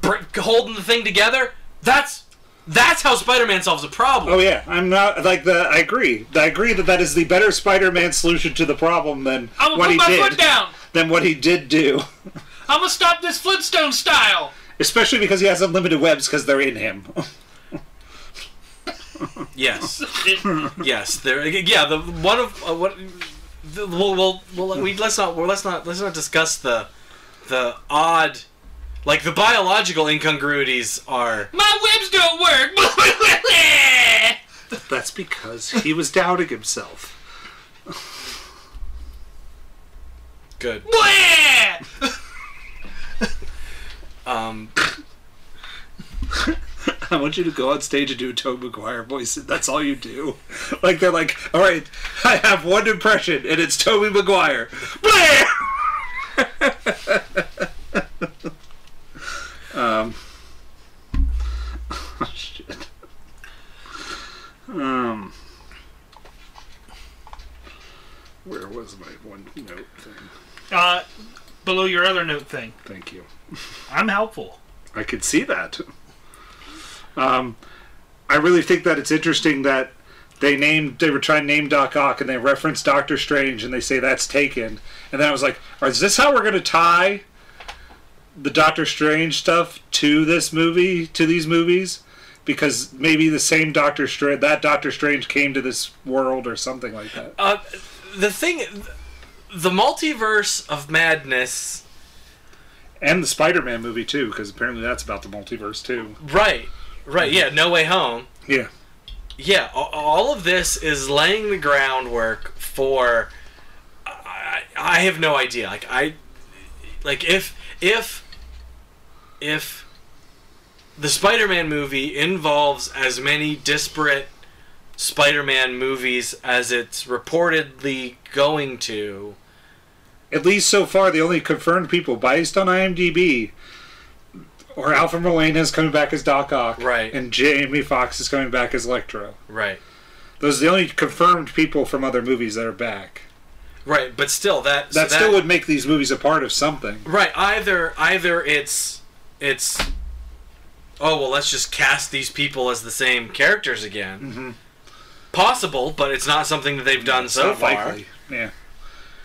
S2: br- holding the thing together. That's that's how Spider-Man solves a problem.
S1: Oh yeah, I'm not like the. I agree. I agree that that is the better Spider-Man solution to the problem than
S3: I'm
S1: what
S3: gonna
S1: he
S3: put my
S1: did.
S3: foot down.
S1: Than what he did do, [laughs]
S3: I'm gonna stop this Flintstone style.
S1: especially because he has unlimited webs because they're in him. [laughs]
S2: Yes. yes. There. Yeah. The one of uh, what. The, well, well, well, we let's not well, let's not let's not discuss the the odd, like the biological incongruities are.
S3: My webs don't work. [laughs]
S1: That's because he was doubting himself.
S2: Good. Um.
S1: I want you to go on stage and do a Tobey Maguire voice. And that's all you do. Like they're like, all right, I have one impression, and it's Tobey Maguire. Blair. [laughs] um. [laughs] Oh, shit. Um. Where was my one note thing?
S3: uh, below your other note thing.
S1: Thank you.
S3: I'm helpful.
S1: I could see that. Um, I really think that it's interesting that they named they were trying to name Doc Ock and they reference Doctor Strange and they say that's taken. And then I was like, is this how we're gonna tie the Doctor Strange stuff to this movie to these movies? Because maybe the same Doctor Strange that Doctor Strange came to this world or something like that.
S2: Uh, the thing, the multiverse of madness.
S1: And the Spider-Man movie too, because apparently that's about the multiverse too.
S2: Right. Right. Yeah. No way home.
S1: Yeah.
S2: yeah, a- all of this is laying the groundwork for. I, I have no idea. Like I, like if if if the Spider-Man movie involves as many disparate Spider-Man movies as it's reportedly going to.
S1: at least so far, the only confirmed people based on IMDb or Alfred Molina is coming back as Doc Ock,
S2: Right.
S1: And Jamie Foxx is coming back as Electro.
S2: Right.
S1: Those are the only confirmed people from other movies that are back.
S2: Right, but still that so
S1: That still would make these movies a part of something.
S2: Right. Either either it's it's oh well, let's just cast these people as the same characters again.
S1: Mm-hmm.
S2: Possible, but it's not something that they've done so
S1: Mm, Not
S2: far,
S1: likely. yeah.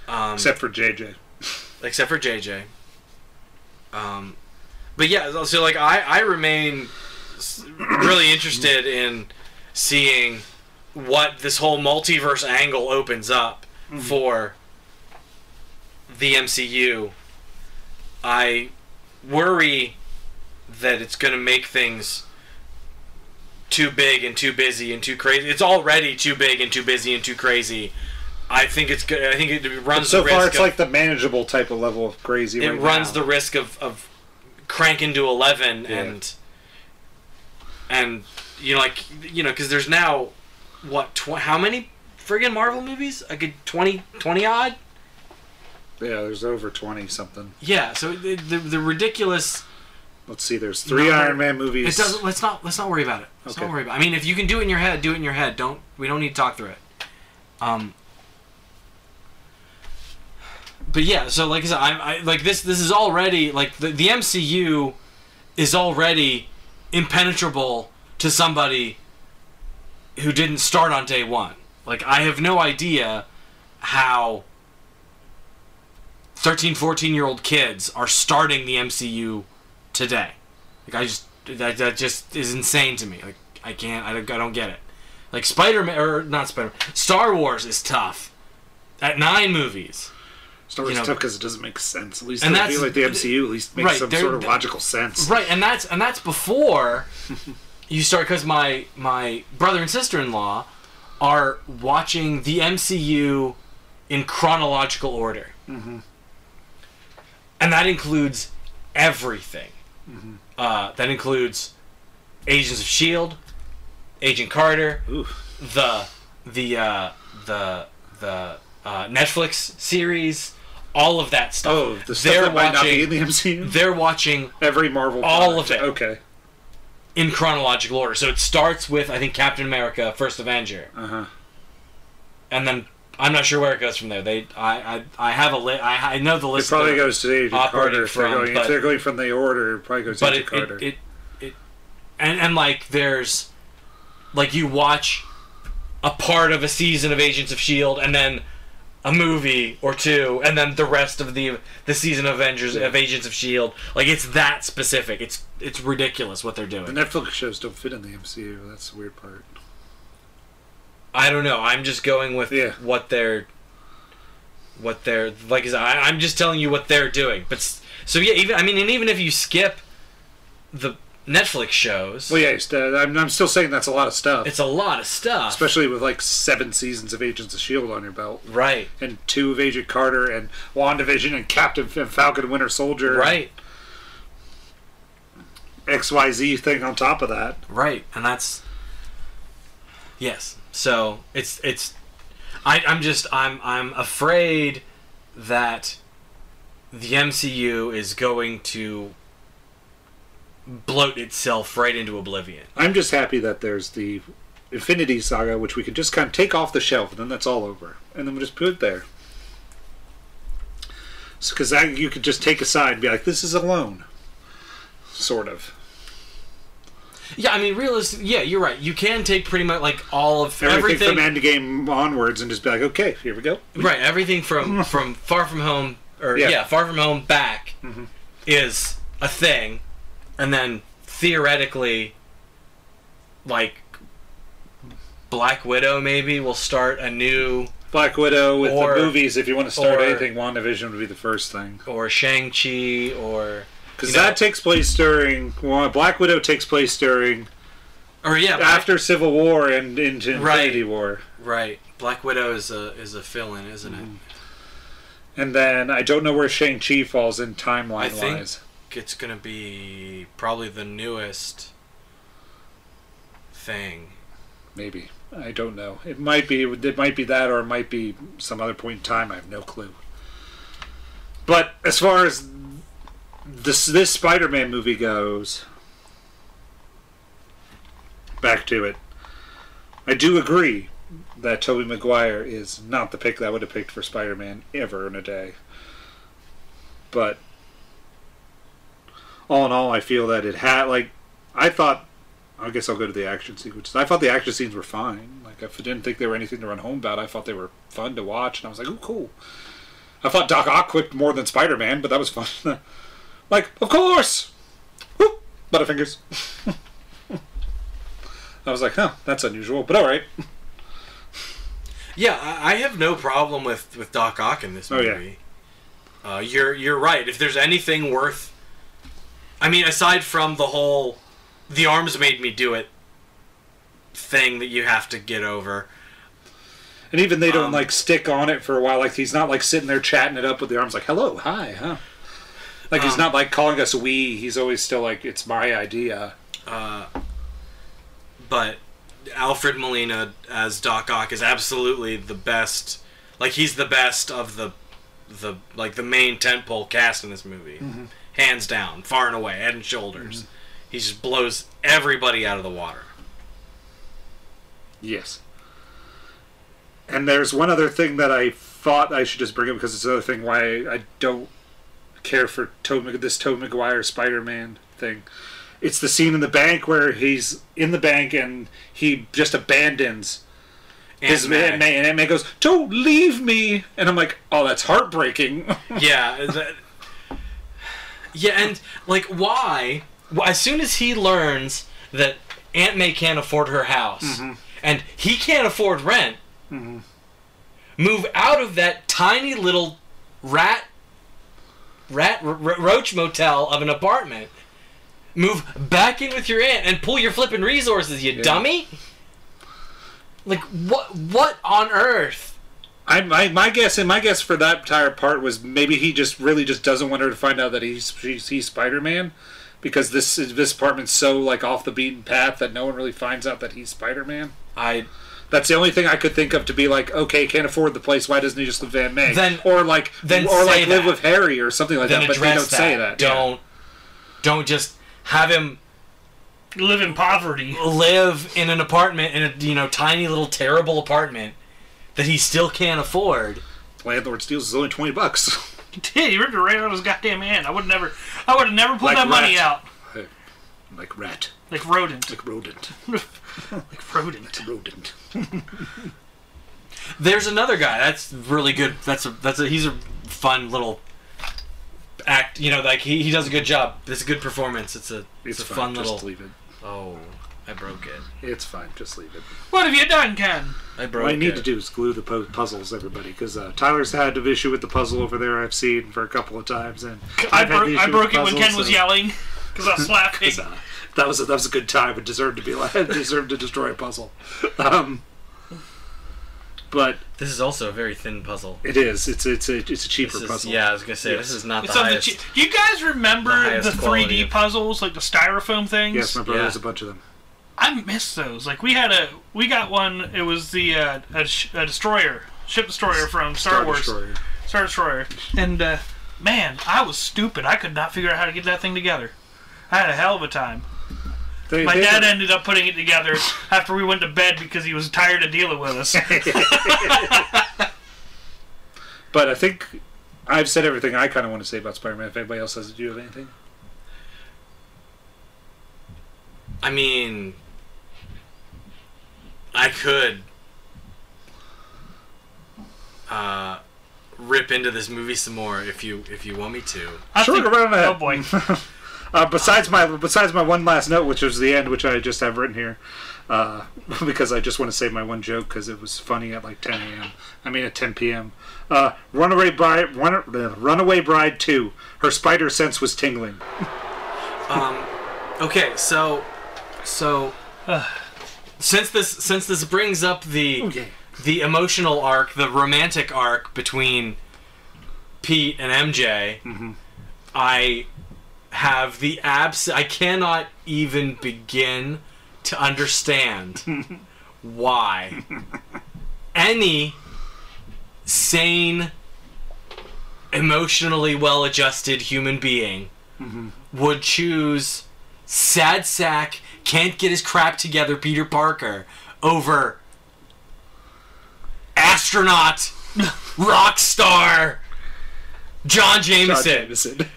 S2: Um,
S1: Except for JJ.
S2: except for JJ. Um, but yeah, so like I I remain s- really interested in seeing what this whole multiverse angle opens up
S1: Mm-hmm.
S2: for the MCU. I worry that it's going to make things too big and too busy and too crazy. It's already too big and too busy and too crazy. I think it's good. I think it runs
S1: So
S2: the risk
S1: far, it's
S2: of,
S1: like the manageable type of level of crazy.
S2: it
S1: right
S2: runs
S1: now.
S2: the risk of, of cranking to 11
S1: Yeah.
S2: and and you know like you know because there's now what tw- how many friggin marvel movies like a 20 20 odd
S1: Yeah, there's over 20 something.
S2: yeah so the, the, the ridiculous
S1: Let's see, there's three
S2: No,
S1: Iron Man movies.
S2: it doesn't let's not let's not worry about it let's
S1: Okay.
S2: not worry about it. i mean if you can do it in your head do it in your head don't we don't need to talk through it um but yeah so like i said i, I like this this is already like the, the mcu is already impenetrable to somebody who didn't start on day one like i have no idea how 13 14 year old kids are starting the mcu today like I just that that just is insane to me. Like I can't I don't, I don't get it. Like Spider Man or not Spider Star Wars is tough. At nine movies,
S1: Star Wars
S2: you know-
S1: tough because it doesn't make sense. At least
S2: And
S1: I
S2: that's-
S1: feel like the MCU at least makes
S2: right,
S1: some
S2: they're-
S1: sort of
S2: they're-
S1: logical sense.
S2: right? And that's and that's before you start because my my brother and sister in law are watching the MCU in chronological order, and that includes everything. Uh, that includes Agents of Shield, E Agent Carter, the the uh, the the uh, Netflix series, all of that stuff.
S1: Oh, the stuff that might not be in the
S2: [laughs]
S1: MCU.
S2: they're watching
S1: Every Marvel.
S2: all
S1: product.
S2: of it.
S1: Okay.
S2: in chronological order. So it starts with I think Captain America, First Avenger,
S1: Uh huh.
S2: and then I'm not sure where it goes from there. They I I, I have a li- I, I know the
S1: It
S2: list.
S1: probably
S2: they're-
S1: goes to Agent
S2: operating
S1: Carter if they're
S2: from,
S1: going.
S2: but-
S1: if they're going from the order, it probably goes
S2: but
S1: Agent
S2: it,
S1: Carter.
S2: it it it and and like there's like you watch a part of a season of Agents of Shield E and then a movie or two and then the rest of the the season of Avengers of Agents of Shield E like it's that specific it's it's ridiculous what they're
S1: the
S2: doing
S1: Netflix shows don't fit in the MCU. That's the weird part.
S2: I don't know I'm just going with
S1: Yeah.
S2: what they're what they're like I said, I, I'm just telling you what they're doing but s- so yeah even I mean and even if you skip the Netflix shows
S1: Well, yeah, it's, uh, I'm, I'm still saying that's a lot of stuff,
S2: it's a lot of stuff
S1: especially with like seven seasons of Agents of Shield E on your belt,
S2: Right,
S1: and two of Agent Carter, and WandaVision, and Captain and Falcon Winter Soldier,
S2: right,
S1: X Y Z thing on top of that.
S2: right, and that's yes. So it's it's I, I'm just I'm I'm afraid that the MCU is going to bloat itself right into oblivion.
S1: I'm just happy that there's the Infinity Saga, which we can just kind of take off the shelf, and then that's all over, and then we just put it there. Because that you could just take aside and be like, "This is alone," sort of.
S2: Yeah, I mean, realist. Yeah, you're right. You can take pretty much like all of
S1: Everything, from
S2: everything,
S1: Endgame onwards, and just be like, "Okay, here we go."
S2: right? Everything from from Far From Home or yeah,
S1: Yeah.
S2: Far From Home back is a thing, and then theoretically, like Black Widow maybe will start a new
S1: Black Widow with
S2: Or-
S1: the movies. If you want to start
S2: or-
S1: anything, WandaVision would be the first thing
S2: or Shang Chi or
S1: because
S2: You know-
S1: that takes place during well, Black Widow takes place during
S2: or yeah Black-
S1: after Civil War and into
S2: Right.
S1: Infinity War.
S2: right Black Widow is a is a fill in isn't it?
S1: And then I don't know where Shang Chi falls in timeline
S2: I think-
S1: wise.
S2: It's gonna be probably the newest thing.
S1: Maybe I don't know. It might be it might be that, or it might be some other point in time. I have no clue. But as far as this this Spider-Man movie goes, back to it. I do agree that Tobey Maguire is not the pick that I would have picked for Spider-Man ever in a day. But all in all, I feel that it had like I thought I guess I'll go to the action sequences. I thought the action scenes were fine. Like I didn't think they were anything to run home about. I thought they were fun to watch, and I was like, "Ooh, cool." I thought Doc Ock quipped more than Spider Man, but that was fun. [laughs] like, of course. Whoop, Butterfingers. [laughs] I was like, "Huh, that's unusual," but all right.
S2: Yeah, I I have no problem with with Doc Ock in this
S1: Oh, yeah.
S2: movie. uh, you're you're right. If there's anything worth, I mean, aside from the whole, the arms made me do it thing that you have to get over.
S1: And even they don't
S2: Um,
S1: like stick on it for a while. Like he's not like sitting there chatting it up with the arms, like, "Hello, hi, huh." Like he's
S2: Um,
S1: not like calling us we. He's always still like, "It's my idea."
S2: But Alfred Molina as Doc Ock is absolutely the best. Like he's the best of the the like the main tentpole cast in this movie, hands down, far and away, head and shoulders. He just blows everybody out of the water.
S1: Yes. And there's one other thing that I thought I should just bring up because it's another thing why I don't care for Tobey, this Tobey Maguire Spider-Man thing. It's the scene in the bank where he's in the bank and he just abandons his
S2: Ant-Man.
S1: man, and Ant-Man goes, "Don't leave me," and I'm like, "Oh, that's heartbreaking." [laughs]
S2: Yeah. that- yeah, and like, why? well, As soon as he learns that Aunt May can't afford her house and he can't afford rent, move out of that tiny little rat, rat ro- roach motel of an apartment Move back in with your aunt and pull your flippin' resources, you dummy. Like what? What on earth?
S1: I, my, my guess and my guess for that entire part was maybe he just really just doesn't want her to find out that he's she's, he's Spider-Man because this is- this apartment's so like off the beaten path that no one really finds out that he's Spider-Man.
S2: I
S1: That's the only thing I could think of to be like, okay, can't afford the place. Why doesn't he just live Van May?
S2: Then-
S1: or like,
S2: then
S1: or
S2: say
S1: like live
S2: that.
S1: with Harry or something like
S2: then
S1: that. But they don't
S2: address that.
S1: say that. Yeah.
S2: Don't don't just have him
S3: Live in poverty. [laughs]
S2: live in an apartment in a you know tiny little terrible apartment that he still can't afford.
S1: landlord steals is only twenty bucks. [laughs]
S3: Did he ripped it right out of his goddamn hand? I would never, I would have never pulled
S1: Like
S3: that money
S1: rat.
S3: out.
S1: like rat,
S3: Like rodent,
S1: like rodent,
S3: like rodent.
S1: rodent.
S2: There's another guy that's really good. That's a that's a he's a fun little act. You know, like he, he does a good job. It's a good performance. It's a
S1: It's,
S2: it's, a
S1: fine.
S2: fun
S1: just
S2: little.
S1: leave it.
S2: Oh, I broke it.
S1: It's fine. Just leave it.
S3: What have you done, Ken?
S2: I broke
S1: What I need
S2: it.
S1: to do is glue the po- puzzles, everybody, because uh, Tyler's had an issue with the puzzle over there. I've seen for a couple of times, and
S3: I,
S1: I've had the
S3: bro-
S1: issue
S3: I
S1: with
S3: broke it when
S1: puzzles,
S3: Ken was
S1: so-
S3: yelling because I
S1: [laughs]
S3: was laughing.
S1: so that was a, that was a good time. It deserved to be like [laughs] it deserved to destroy a puzzle. Um, but
S2: This is also a very thin puzzle.
S1: it is. It's it's a it's a cheaper
S2: This is-
S1: puzzle.
S2: yeah, I was gonna say
S1: Yes.
S2: this is not
S3: It's
S2: the
S3: on the
S2: highest.
S3: che- Do you guys
S2: the
S3: remember
S2: highest
S3: the, 3D
S2: quality of-
S3: puzzles, like the styrofoam things?
S1: Yes, my brother
S2: Yeah.
S1: has a bunch of them.
S3: I miss those. Like we had a, we got one. It was the uh, a, sh- a destroyer, ship destroyer from Star,
S1: Star
S3: Wars,
S1: Destroyer.
S3: Star Destroyer, and uh, man, I was stupid. I could not figure out how to get that thing together. I had a hell of a time.
S1: They-
S3: My
S1: they
S3: dad
S1: were-
S3: ended up putting it together after we went to bed because he was tired of dealing with
S1: [laughs]
S3: us.
S1: But I think I've said everything I kind of want to say about Spider-Man. If anybody else has, do you have anything?
S2: I mean, I could uh, rip into this movie some more if you if you want me to.
S3: I
S1: Sure,
S3: think,
S1: go right on ahead.
S3: Oh boy.
S1: [laughs] Uh, besides my besides my one last note, which was the end, which I just have written here, uh, [laughs] because I just want to say my one joke because it was funny at like 10 a.m. I mean at 10 p.m. Uh, Runaway Bride, Run, uh, Runaway Bride Two. Her spider sense was tingling.
S2: Okay, so so since this since this brings up the the emotional arc, the romantic arc between Pete and MJ, I have the abs. I cannot even begin to understand why any sane, emotionally well-adjusted human being would choose sad sack can't get his crap together Peter Parker over astronaut rock star John
S1: God
S2: Jameson.
S1: damn, is it.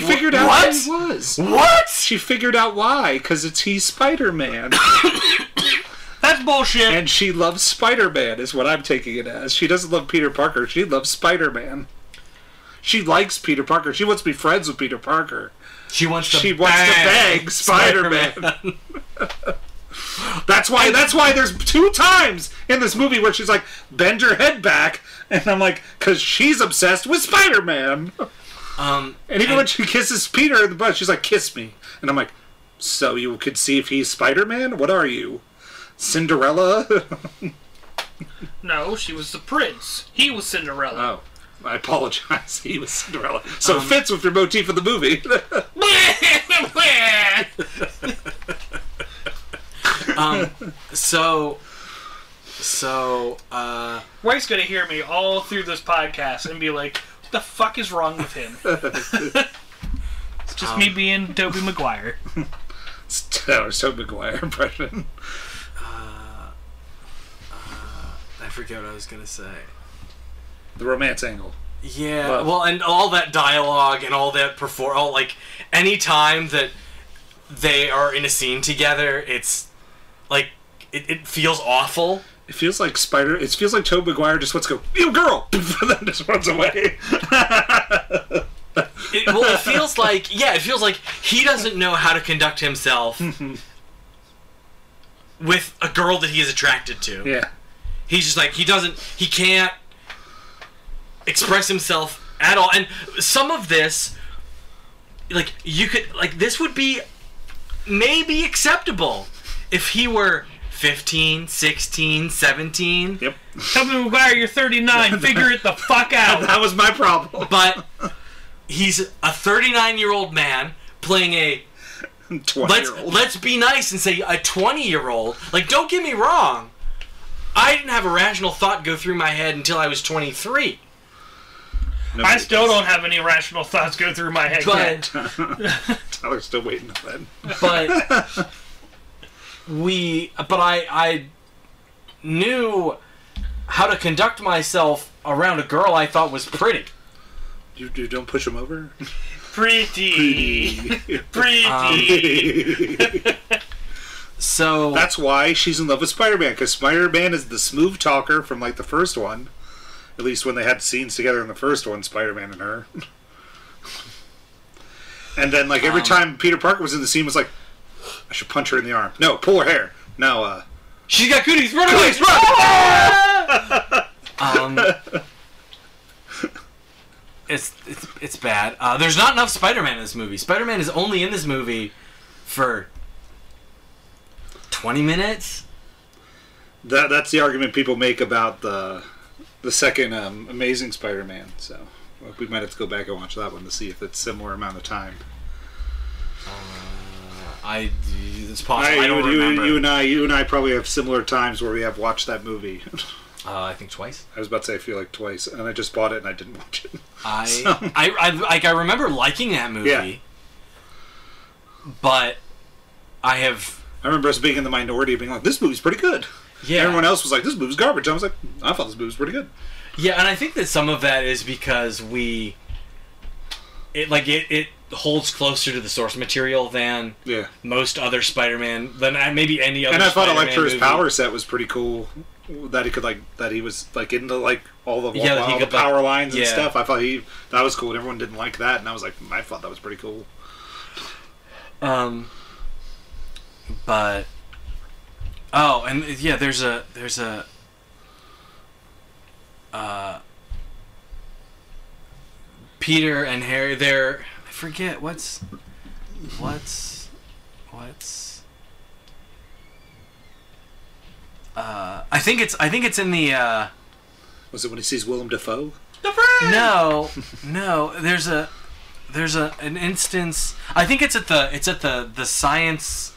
S1: Uh, [laughs] she figured out
S2: what?
S1: what he was.
S2: What?
S1: She figured out why because it's he's Spider-Man
S3: That's bullshit.
S1: and she loves Spider-Man is what I'm taking it as. She doesn't love Peter Parker. She loves Spider-Man. She likes Peter Parker. She wants to be friends with Peter Parker.
S2: She wants to
S1: she wants to bang Spider-Man. that's why. That's why there's two times in this movie where she's like, "Bend your head back," and I'm like, "Cause she's obsessed with Spider-Man."
S2: Um,
S1: And even when she kisses Peter in the butt, she's like, "Kiss me," and I'm like, "So you could see if he's Spider-Man? What are you, Cinderella?" [laughs]
S3: No, she was the prince. He was Cinderella.
S1: oh. I apologize. [laughs] He was Cinderella. So it fits with your motif of the movie. [laughs] Uh.
S3: [laughs]
S2: so so uh
S3: Ray's gonna hear me all through this podcast and be like, "What the fuck is wrong with him?" it's just me being Toby Maguire.
S1: It's Taylor Tobey Maguire [laughs] impression.
S2: I forget what I was gonna say.
S1: The romance angle.
S2: Yeah.
S1: But-
S2: well, and all that dialogue and all that perform, all like any time that they are in a scene together, it's like it, it feels awful.
S1: It feels like Spider. It feels like Tobey Maguire just wants to go, "You girl," [laughs] and then just runs away.
S2: It, well, it feels like yeah, it feels like he doesn't know how to
S1: [laughs]
S2: conduct himself with a girl that he is attracted to.
S1: [laughs] Yeah,
S2: He's just like he doesn't he can't express himself at all. And some of this like you could like this would be maybe acceptable if he were 15, 16, 17.
S1: Yep.
S3: Tobey Maguire, you're 39. Figure it the fuck out.
S1: That was my problem.
S2: But he's a 39-year-old man playing a
S1: [laughs]
S2: let's
S1: Twenty-year-old.
S2: let's be nice and say a 20 year old like don't get me wrong i didn't have a rational thought go through my head until i was 23
S3: I still don't have any rational thoughts go through my head. yet.
S2: but
S1: Tyler's still waiting on that.
S2: but
S1: [laughs]
S2: we but i i knew how to conduct myself around a girl i thought was pretty
S1: You, you don't push him [laughs] over.
S3: pretty, [laughs] pretty.
S1: Um, [laughs]
S2: so
S1: That's why she's in love with Spider-Man because Spider-Man is the smooth talker from like the first one. At least when they had scenes together in the first one, Spider-Man and her. [laughs] and then like every
S2: Um.
S1: time Peter Parker was in the scene, it was like, I should punch her in the arm. No, pull her hair. No, uh,
S2: she's got goodies run away
S1: run!
S2: um it's it's it's bad. Uh, there's not enough Spider-Man in this movie. Spider-Man is only in this movie for 20 minutes.
S1: that that's the argument people make about the the second um, Amazing Spider-Man. So we might have to go back and watch that one to see if it's similar amount of time.
S2: I it's possible.
S1: I,
S2: I, don't
S1: you,
S2: remember.
S1: you and I, you and I probably have similar times where we have watched that movie. [laughs]
S2: uh, I think twice.
S1: I was about to say I feel like twice, and I just bought it and I didn't watch it. [laughs]
S2: I, I I like I remember liking that movie.
S1: Yeah.
S2: But I have
S1: I remember us being in the minority, being like, "This movie's pretty good."
S2: yeah.
S1: Everyone else was like, "This movie's garbage." I was like, "I thought this movie was pretty good."
S2: Yeah, and I think that some of that is because we, it like it, it holds closer to the source material than
S1: Yeah,
S2: most other Spider-Man than uh, maybe any other.
S1: and I thought
S2: Spider-Man
S1: Electro's
S2: movie.
S1: power set was pretty cool. That he could like that he was like into like all the,
S2: Yeah, that he
S1: all the
S2: could, like-
S1: power lines and
S2: yeah.
S1: stuff. I thought he that was cool, and everyone didn't like that. And I was like, I thought that was pretty cool.
S2: Um, but oh, and yeah, there's a there's a. Uh, Peter and Harry, they're I forget what's what's what's. Uh, I think it's I think it's in the. Uh,
S1: Was it when he sees Willem Dafoe?
S2: no, no. There's a there's a an instance. I think it's at the it's at the the science,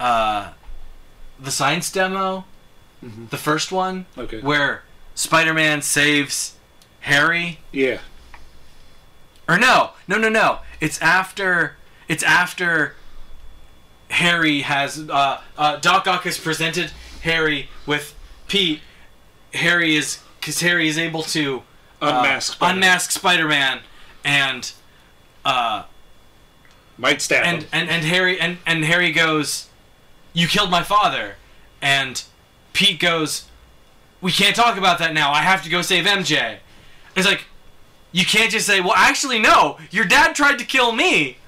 S2: uh, the science demo, the first one
S1: Okay.
S2: where Spider-Man saves Harry.
S1: Yeah.
S2: Or no, no, no, no. It's after it's after Harry has uh, uh, Doc Ock has presented Harry with Pete. Harry is because Harry is able to
S1: Unmasked. Spider-Man.
S2: unmask Spider-Man, and uh,
S1: Might stab
S2: and
S1: him.
S2: and and Harry and and Harry goes, "You killed my father," and Pete goes, "We can't talk about that now. I have to go save MJ." It's like, you can't just say, "Well, actually, no. Your dad tried to kill me,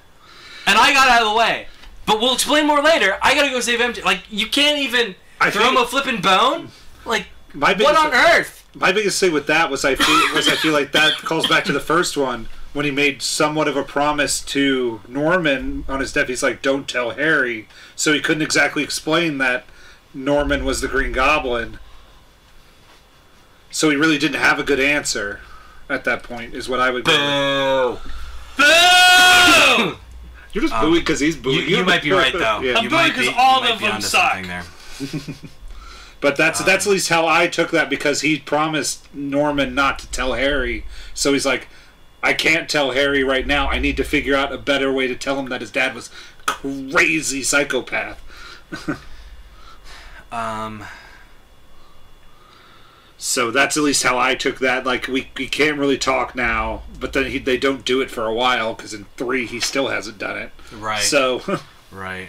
S2: and I got out of the way." But we'll explain more later. I gotta go save MJ. Like you can't even
S1: I
S2: throw
S1: think-
S2: him a flippin' bone. Like
S1: My
S2: what
S1: biggest-
S2: on earth?
S1: My biggest thing with that was I feel was I feel like that calls back to the first one when he made somewhat of a promise to Norman on his death. He's like, "Don't tell Harry," so he couldn't exactly explain that Norman was the Green Goblin. So he really didn't have a good answer at that point, is what I would. Go.
S2: Boo.
S1: [laughs] You're just booing because he's booing.
S2: um, You, you might be right though.
S1: [laughs] Yeah.
S2: You
S3: booing
S2: might
S3: 'cause
S2: be-
S3: all
S2: you might
S3: of
S2: be
S3: them
S2: onto
S3: suck.
S2: something There.
S1: But that's
S2: Um,
S1: that's at least how I took that because he promised Norman not to tell Harry. So he's like, I can't tell Harry right now. I need to figure out a better way to tell him that his dad was crazy psychopath.
S2: [laughs] Um,
S1: So that's at least how I took that. Like we, we can't really talk now, but then he, they don't do it for a while because in three he still hasn't done it.
S2: right.
S1: So [laughs]
S2: Right.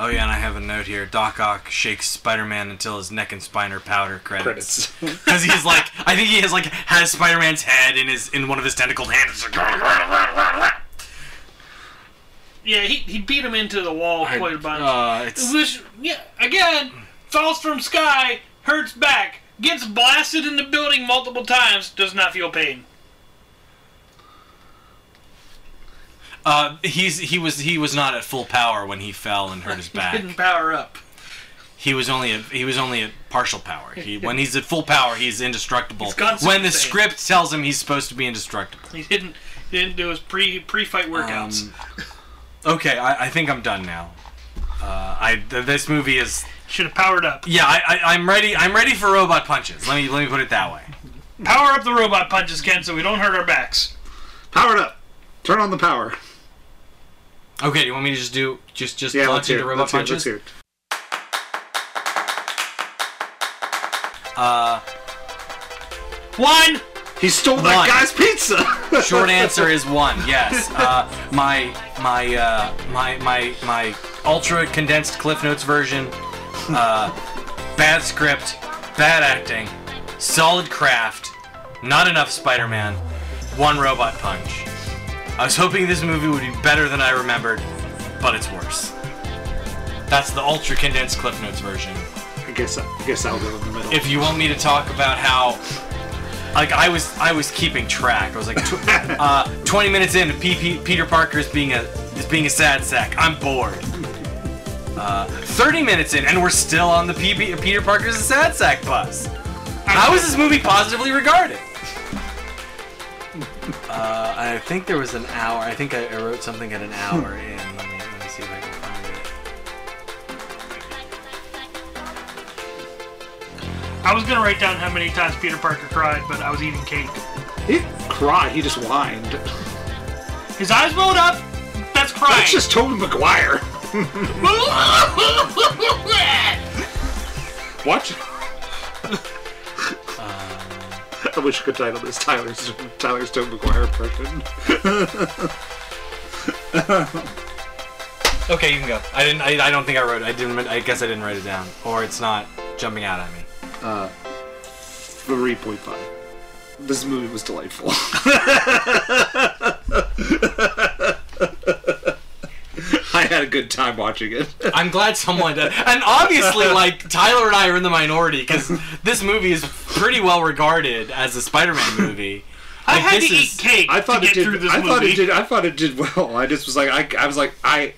S2: Oh yeah, and I have a note here. Doc Ock shakes Spider-Man until his neck and spine are powder [laughs] credits.
S1: credits.
S2: Because he's like, I think he has like has Spider-Man's head in his in one of his tentacled hands. It's like,
S3: Yeah, he, he beat him into the wall quite a bunch.
S2: Uh, it's
S3: Which, yeah, again, falls from sky, hurts back, gets blasted in the building multiple times, does not feel pain.
S2: Uh, he's he was he was not at full power when he fell and hurt
S3: [laughs]
S2: his back.
S3: Didn't power up.
S2: He was only at, he was only at partial power.
S3: [laughs]
S2: He, when he's at full power, he's indestructible.
S3: He's gone
S2: when the
S3: Super Saiyan.
S2: script tells him he's supposed to be indestructible.
S3: He didn't he didn't do his pre pre fight workouts.
S2: Um, okay, I, I think I'm done now. Uh, I th- this movie is
S3: Should have powered up.
S2: yeah I, I I'm ready I'm ready for robot punches. Let me let me put it that way.
S3: Power up the robot punches, Ken, so we don't hurt our backs.
S1: Powered up. Turn on the power.
S2: Okay, do you want me to just do just just
S1: Yeah, let's
S2: launch
S1: hear.
S2: into
S1: it.
S2: robot
S1: Let's hear. it.
S2: punches?
S1: Let's hear. it.
S3: One.
S1: He stole
S2: One.
S1: that guy's pizza.
S2: [laughs] Short answer is one. Yes. Uh, my my uh, my my my ultra condensed Cliff Notes version. Uh, bad script, bad acting, solid craft, not enough Spider-Man, one robot punch. I was hoping this movie would be better than I remembered, but it's worse. That's the ultra condensed Cliff Notes version
S1: I guess I guess I'll go in the middle.
S2: if you want me to talk about how like I was I was keeping track. I was like tw- uh, 20 minutes in P- P- Peter Parker is being a is being a sad sack. I'm bored. Uh, 30 minutes in and we're still on the P- P- Peter Parker's a sad sack bus. How is this movie positively regarded? Uh, I think there was an hour. I think I, I wrote something at an hour in. Let me, let me see if I can find it.
S3: I was gonna write down how many times Peter Parker cried, but I was eating cake.
S1: he didn't cry. He just whined.
S3: His eyes rolled up. That's crying. [laughs]
S1: That's just Tobey Maguire. What? [laughs] I wish I could title this Tyler's Tyler's Tobey Maguire person.
S2: Okay, you can go. I didn't. I, I don't think I wrote. it. I didn't. I guess I didn't write it down, or it's not jumping out at me.
S1: Three point five. This movie was delightful. [laughs] I had a good time watching it.
S2: I'm glad
S1: [laughs]
S2: someone did. And obviously, like Tyler and I are in the minority because this movie is pretty well regarded as a Spider-Man
S1: [laughs]
S2: movie.
S3: I
S2: Like,
S3: had to
S2: this
S3: eat
S2: is-
S3: cake
S1: I thought
S3: to get
S1: it did.
S3: through this
S1: I
S3: movie.
S1: thought it did. I thought it did well. I just was like, I, I was like, I,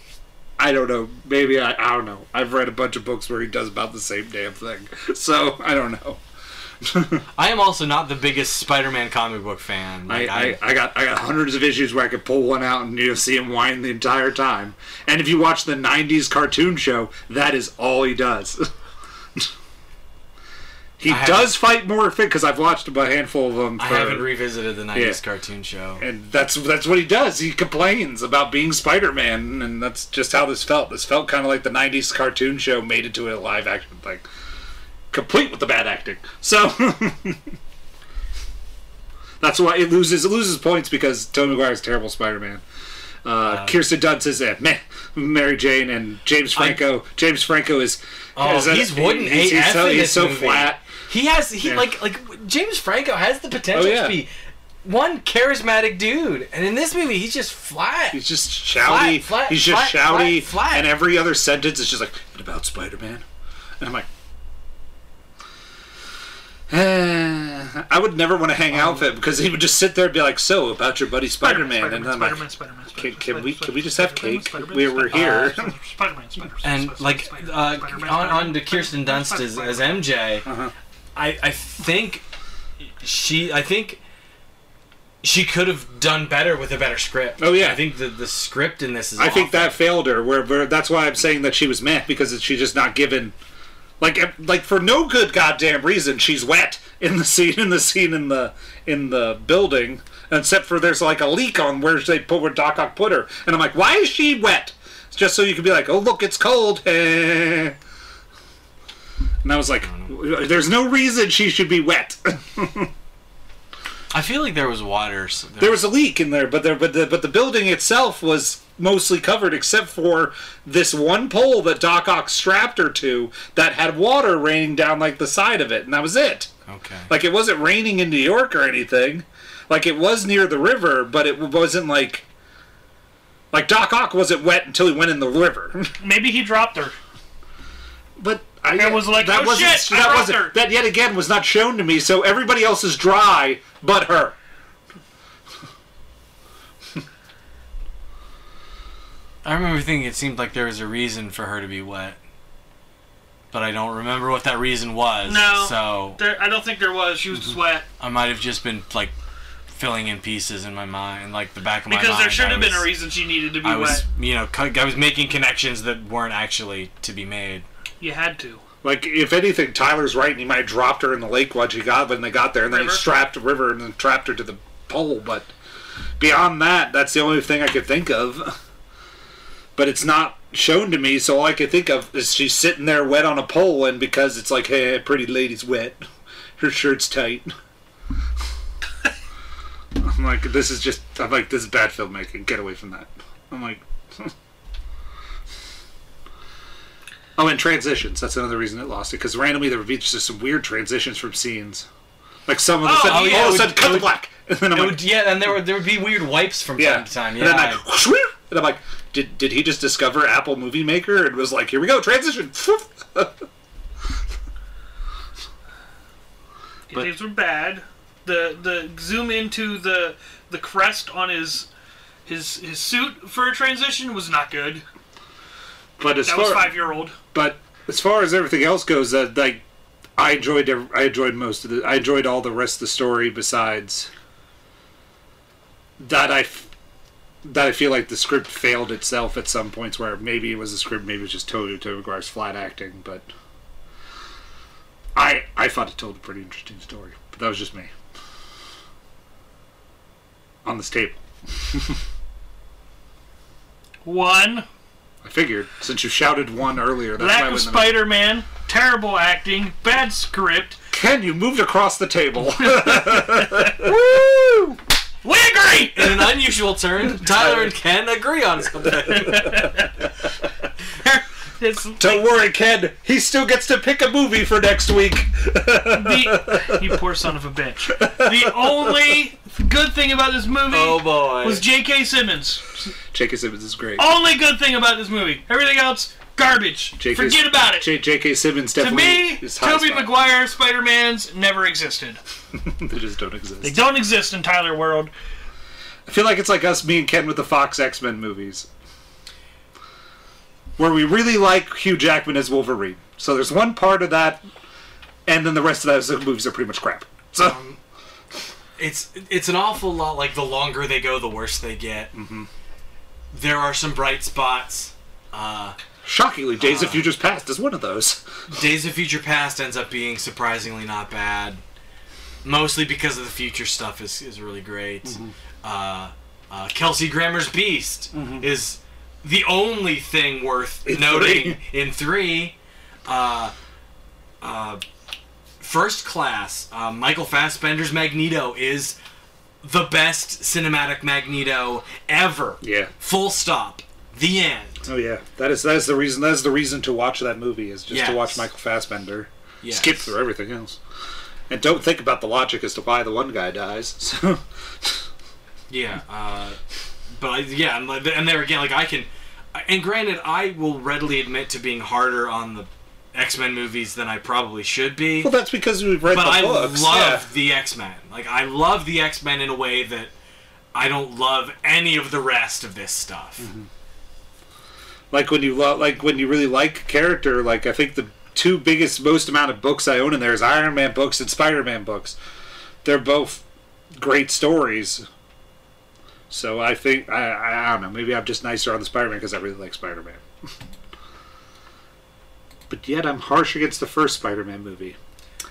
S1: I don't know. Maybe I, I don't know. I've read a bunch of books where he does about the same damn thing, [laughs] so I don't know.
S2: I am also not the biggest Spider-Man comic book fan.
S1: I,
S2: Like,
S1: I, I got I got hundreds of issues where I could pull one out and you know see him whine the entire time. And if you watch the '90s cartoon show, that is all he does. [laughs] he
S2: haven't-
S1: does fight more fit because I've watched a handful of them.
S2: I
S1: for-
S2: haven't revisited the '90s
S1: Yeah.
S2: cartoon show.
S1: and that's that's what he does. He complains about being Spider-Man, and that's just how this felt. This felt kind of like the '90s cartoon show made into a live action thing, complete with the bad acting. So [laughs] that's why it loses it loses points because Tobey Maguire's terrible Spider-Man. Uh, Kirsten Dunst is eh, meh, Mary Jane, and James Franco. James Franco is
S2: Oh,
S1: is a-
S2: he's wooden
S1: He's, he's
S2: AF
S1: so,
S2: in
S1: he's
S2: this
S1: so
S2: movie.
S1: flat.
S2: He has he
S1: Yeah.
S2: like like James Franco has the potential
S1: Oh, yeah.
S2: to be one charismatic dude, and in this movie he's just flat.
S1: He's just shouty.
S2: Flat, flat,
S1: he's just
S2: flat,
S1: shouty,
S2: flat, flat.
S1: and every other sentence is just like "And about Spider-Man, and I'm like, eh, I would never want to hang
S2: Um,
S1: out with him because he would just sit there and be like, "So about your buddy Spider-Man,", and I'm like,
S3: Spider-Man,
S1: "Can,
S3: Spider-Man,
S1: can we
S3: Spider-Man,
S1: can we just have
S3: Spider-Man,
S1: cake?
S3: Spider-Man,
S1: We're, we're here."
S3: Spider-Man, Spider-Man, Spider-Man,
S2: and
S3: Spider-Man,
S2: like
S3: Spider-Man,
S2: uh,
S3: Spider-Man,
S2: on on to
S3: Spider-Man,
S2: Kirsten
S3: Spider-Man,
S2: Dunst as,
S3: Spider-Man.
S2: as MJ,
S1: Uh-huh.
S2: I I think she I think she could have done better with a better script.
S1: Oh, yeah.
S2: I think the the script in this is.
S1: I think
S2: awful.
S1: that failed her. Where, where that's why I'm saying that she was meh because she's just not given, like eh, like for no good goddamn reason. She's wet in the scene in the scene in the in the building, except for there's like a leak on where they put where Doc Ock put her, and I'm like, why is she wet? It's just so you can be like, oh look, it's cold. [laughs] eh. And I was like, there's no reason she should be wet. [laughs]
S2: I feel like there was water. So there,
S1: there was a leak in there, but there, but the, but the building itself was mostly covered except for this one pole that Doc Ock strapped her to that had water raining down like the side of it, and that was it.
S2: okay.
S1: Like it wasn't raining in New York or anything. Like it was near the river, but it wasn't like like Doc Ock wasn't wet until he went in the river. [laughs]
S3: Maybe he dropped her.
S1: But I,
S3: It was like,
S1: that
S3: "Oh,
S1: wasn't
S3: shit, I
S1: that
S3: robbed
S1: wasn't
S3: her."
S1: that yet again was not shown to me. So everybody else is dry, but her.
S2: I remember thinking it seemed like there was a reason for her to be wet, but I don't remember what that reason was.
S3: No.
S2: So
S3: There, I don't think there was. She was
S1: Mm-hmm.
S3: just wet
S2: I might have just been like filling in pieces in my mind, like the back of my mind.
S3: because there should
S2: I
S3: have been a
S2: was-
S3: reason she needed to be
S2: I
S3: wet.
S2: was, you know, cu- I was making connections that weren't actually to be made.
S3: You had to.
S1: Like, if anything, Tyler's right, and he might have dropped her in the lake while she got when they got there, and then
S3: River.
S1: he strapped River and then trapped her to the pole. But beyond that, that's the only thing I could think of. But it's not shown to me, so all I could think of is she's sitting there wet on a pole, and because it's like, hey, pretty lady's wet, her shirt's tight. I'm like, this is just, I'm like, this is bad filmmaking. Get away from that. I'm like, [laughs] oh, and transitions. That's another reason it lost it because randomly there would be just some weird transitions from scenes. Like some of the
S3: Oh,
S1: sudden,
S3: oh, yeah,
S1: all of
S2: it
S1: a
S2: would-
S1: sudden,
S2: it
S1: cut to
S2: would-
S1: black, [laughs] and then I'm
S2: It
S1: like,
S2: would, yeah, and there would there would be weird wipes from
S1: yeah,
S2: time to time.
S1: and
S2: Yeah,
S1: then like,
S2: I-
S1: whoosh, whoosh, and I'm like, did did he just discover Apple Movie Maker and was like, here we go, transition. [laughs] But-
S3: These were bad. The the zoom into the the crest on his his his suit for a transition was not good.
S1: but as
S3: That
S1: far
S3: was five year old.
S1: but as far as everything else goes, uh, like I enjoyed ev- I enjoyed most of the I enjoyed all the rest of the story besides that I f- that I feel like the script failed itself at some points where maybe it was the script, maybe it was just Toby Toby McGuire's flat acting, but I I thought it told a pretty interesting story, but that was just me on this table.
S3: One
S1: I figured since you shouted one earlier, that's why I
S3: lack of
S1: went. the-
S3: Spider Man. Terrible acting. Bad script.
S1: Ken, you moved across the [laughs] table.
S3: We agree.
S2: [laughs] in an
S1: [laughs]
S2: unusual turn, Tyler and Ken agree on something.
S3: It's
S1: Don't worry, Ken. He still gets to pick a movie for next week.
S3: the you poor son of a bitch. The only good thing about this movie
S2: Oh, boy.
S3: was J.K. Simmons.
S1: J.K. Simmons is great.
S3: Only good thing about this movie. Everything else garbage.
S1: J.K.
S3: Forget about it.
S1: J- J.K. Simmons
S3: to
S1: definitely
S3: me,
S1: is high
S3: Toby
S1: spot.
S3: Maguire Spider Man's never existed.
S1: They just don't
S3: They
S1: exist.
S3: don't exist in Tyler World.
S1: I feel like it's like us, me and Ken, with the Fox X Men movies, where we really like Hugh Jackman as Wolverine. So there's one part of that, and then the rest of those movies are pretty much crap. So
S2: it's it's an awful lot like the longer they go the worse they get
S1: Mm-hmm.
S2: there are some bright spots uh,
S1: shockingly, Days of Futures Past is one of those.
S2: days of future past ends up being surprisingly not bad mostly because of the future stuff is, is really great
S1: Mm-hmm.
S2: uh, uh, kelsey grammer's beast is the only thing worth
S1: Mm-hmm. In
S2: noting in three uh, uh, first class uh, michael fassbender's magneto is the best cinematic magneto ever
S1: Yeah.
S2: full stop the end
S1: Oh yeah, that is that is the reason that is the reason to watch that movie is just to
S2: Yes.
S1: watch Michael Fassbender.
S2: Yes.
S1: Skip through everything else, and don't think about the logic as to why the one guy dies. [laughs] So
S2: Yeah, uh, but I, yeah, and, like- and there again, like I can, and granted, I will readily admit to being harder on the X Men movies than I probably should be.
S1: well, that's because we've read
S2: but
S1: the
S2: I
S1: books.
S2: love the X Men. Like I love the X Men in a way that I don't love any of the rest of this stuff.
S1: Mm. yeah. like when you lo- like when you really like a character. Like I think the two biggest, most amount of books I own in there is Iron Man books and Spider Man books. They're both great stories. So I think I, I I don't know. Maybe I'm just nicer on the Spider Man because I really like Spider Man. [laughs] but yet I'm harsh against the first Spider Man movie.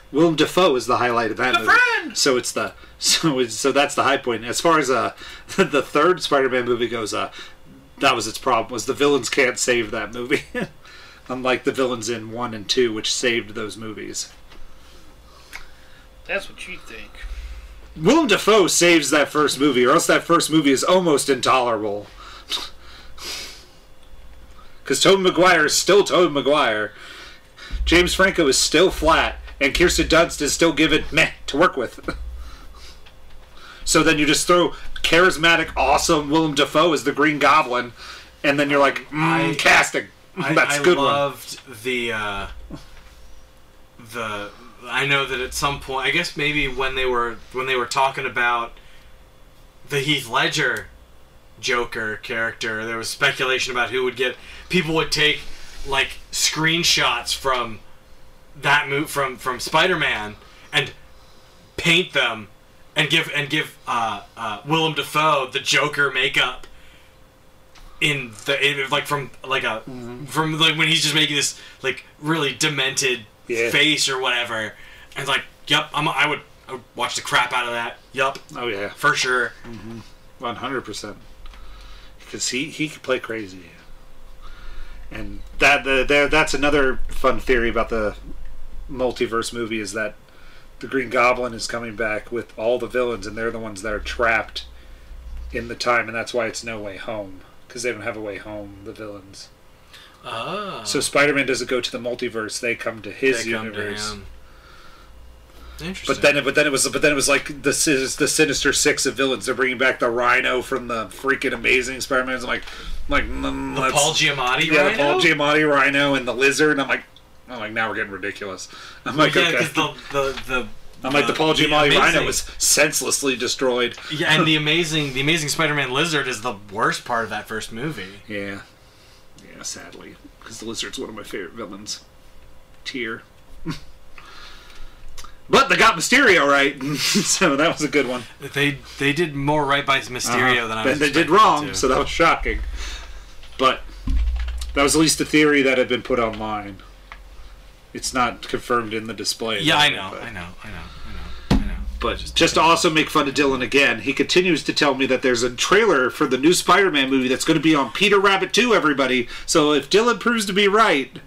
S1: Willem Dafoe is the highlight of that
S3: The
S1: movie.
S3: friend!
S1: So it's the so it's, so that's the high point. As far as uh [laughs] the third Spider Man movie goes, uh that was its problem was the villains can't save that movie. [laughs] Unlike the villains in one and two, which saved those movies.
S3: That's what you think.
S1: Willem Dafoe saves that first movie, or else that first movie is almost intolerable. [laughs] Because Tobey Maguire is still Tobey Maguire, James Franco is still flat, and Kirsten Dunst is still given meh to work with. [laughs] so then you just throw charismatic, awesome Willem Dafoe as the Green Goblin, and then you're like, mm,
S2: I-
S1: casting. [laughs]
S2: I,
S1: That's
S2: I
S1: a good one.
S2: loved the uh, the. I know that at some point, I guess maybe when they were when they were talking about the Heath Ledger Joker character. There was speculation about who would get. People would take like screenshots from that move from from Spider-Man and paint them and give and give uh, uh, Willem Dafoe the Joker makeup in the in, like from like a
S1: Mm-hmm.
S2: from like when he's just making this like really demented
S1: Yeah.
S2: face or whatever. And like, yep, I'm, I would I would watch the crap out of that. Yup,
S1: Oh yeah,
S2: for sure.
S1: one hundred percent. Because he he could play crazy, and that the, there that's another fun theory about the multiverse movie is that the Green Goblin is coming back with all the villains, and they're the ones that are trapped in the time, and that's why it's no way home because they don't have a way home. The villains.
S2: Oh,
S1: So Spider-Man doesn't go to the multiverse; Uh-huh. they come to his universe.
S2: Interesting.
S1: But then, but then it was, but then it was like the Sis- the Sinister Six of villains. They're bringing back the Rhino from the freaking Amazing Spider-Man. I'm like, I'm like mm,
S2: the
S1: let's-
S2: Paul Giamatti
S1: yeah, the
S2: Rhino?
S1: Paul Giamatti Rhino and the Lizard. And I'm like, I'm like, now we're getting ridiculous. I'm like,
S2: yeah,
S1: [laughs] okay.
S2: because the, the, the
S1: I'm like the Paul Giamatti Rhino
S2: amazing-
S1: was senselessly destroyed.
S2: [laughs] yeah,
S1: [laughs]
S2: and the amazing the amazing Spider-Man Lizard is the worst part of that first movie.
S1: Yeah, yeah, sadly, because the Lizard's one of my favorite villains. Tear. [laughs] but they got Mysterio right, [laughs] so that was a good one.
S2: They they did more right by Mysterio than I
S1: But
S2: was.
S1: Uh-huh. they did
S2: expecting
S1: wrong,
S2: to.
S1: so that was shocking. But that was at least a theory that had been put online. It's not confirmed in the display.
S2: yeah,
S1: though,
S2: I know,
S1: but-
S2: I know, I know, I know, I know.
S1: But just to also make fun of Dylan again, he continues to tell me that there's a trailer for the new Spider-Man movie that's going to be on Peter Rabbit 2. Everybody, so if Dylan proves to be right.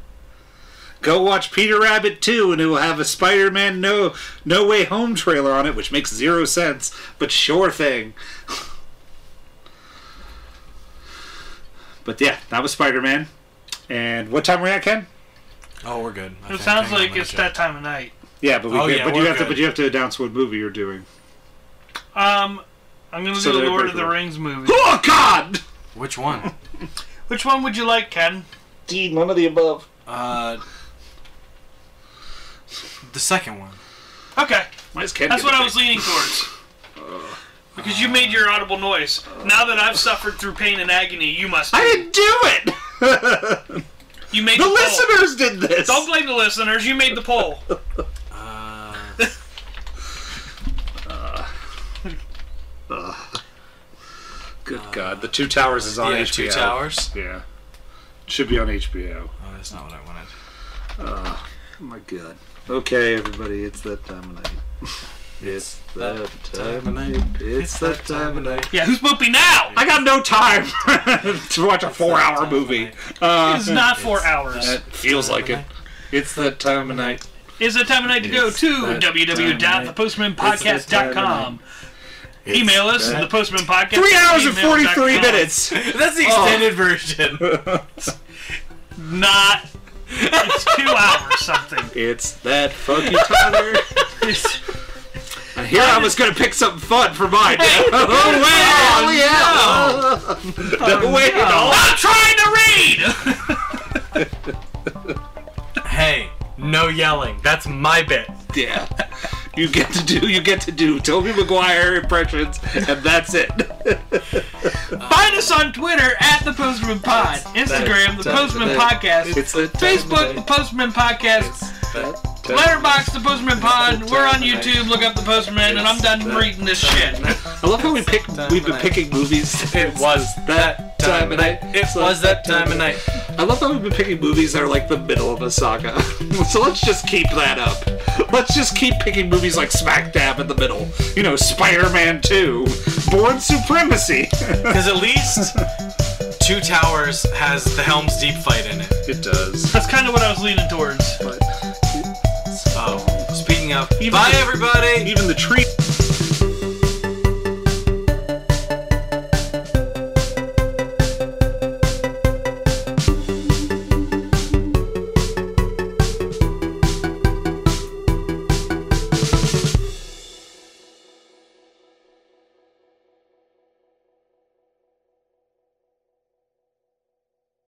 S1: Go watch Peter Rabbit 2 and it will have a Spider-Man No No Way Home trailer on it, which makes zero sense, but sure thing. But yeah, that was Spider-Man. And what time were we at, Ken?
S2: Oh, we're good. I
S3: It
S2: think-
S3: sounds
S2: hang on,
S3: like
S2: let me
S3: it's
S2: check.
S3: that time of night.
S1: Yeah, but we
S2: Oh,
S1: could-
S2: yeah,
S1: but you
S2: we're
S1: have to
S2: good.
S1: but you have to announce what movie you're doing.
S3: Um, I'm gonna
S1: So
S3: do
S1: they're
S3: a Lord of
S1: breakable.
S3: the Rings movie.
S1: Oh God!
S2: Which
S3: [laughs]
S2: one?
S3: Which one would you like, Ken?
S1: none of the above.
S2: Uh, the second one.
S3: Okay,
S1: Why is Ken
S3: that's what
S1: getting
S3: I was leaning towards. Because you made your audible noise. Now that I've suffered through pain and agony, you must.
S1: I didn't do it. [laughs]
S3: You made the,
S1: the
S3: poll.
S1: listeners did this.
S3: Don't blame the listeners. You made the poll.
S2: Uh,
S1: Good God, the Two Towers is on
S2: yeah,
S1: HBO.
S2: two towers.
S1: Yeah, should be on HBO.
S2: Oh, that's not what I wanted.
S1: Oh my God. Okay, everybody, it's that time of night. It's that time of night. It's that time of night.
S3: Yeah, who's poopy now?
S1: I got no time [laughs] to watch a four-hour movie. Uh,
S3: It's not four hours.
S1: that feels like it. It's that time of night.
S3: Is it time of night to go
S2: It's
S3: to
S2: that time of night. It's that time
S3: www.thepostmanpodcast.com? Email us at thepostmanpodcast.
S1: Three hours and forty-three minutes.
S2: That's the
S1: Oh.
S2: extended version.
S1: [laughs]
S2: [laughs]
S3: Not. It's [laughs] two hours something.
S1: It's that funky Tyler. And here I was gonna pick something fun for mine. [laughs] oh wait!
S2: [laughs]
S1: Oh, yeah. [laughs] no. wait! No.
S3: I'm trying to read!
S2: hey, no yelling. That's my bit.
S1: Yeah. You get to do. You get to do Toby Maguire impressions, and that's
S2: [laughs]
S1: it.
S3: Find us on Twitter at the Postman Pod, Instagram the Postman Podcast,
S1: It's the
S3: Facebook the Postman Podcast, Letterbox the Postman Pod. We're on YouTube. Look up the Postman, and I'm done reading this shit.
S1: I love how we pick. We've been picking movies.
S2: It was that time of night. It was that time of night.
S1: I love how we've been picking movies that are like the middle of a saga. [laughs] so let's just keep that up. Let's just keep picking movies like Smack Dab in the middle. You know, Spider Man 2, Born Supremacy. [laughs]
S2: Because at least Two Towers has the Helm's Deep fight in it.
S1: it does.
S3: That's kind of what I was leaning towards.
S1: But
S2: Oh, speaking of.
S1: Even
S2: Bye,
S1: the-
S2: everybody.
S1: even the tree.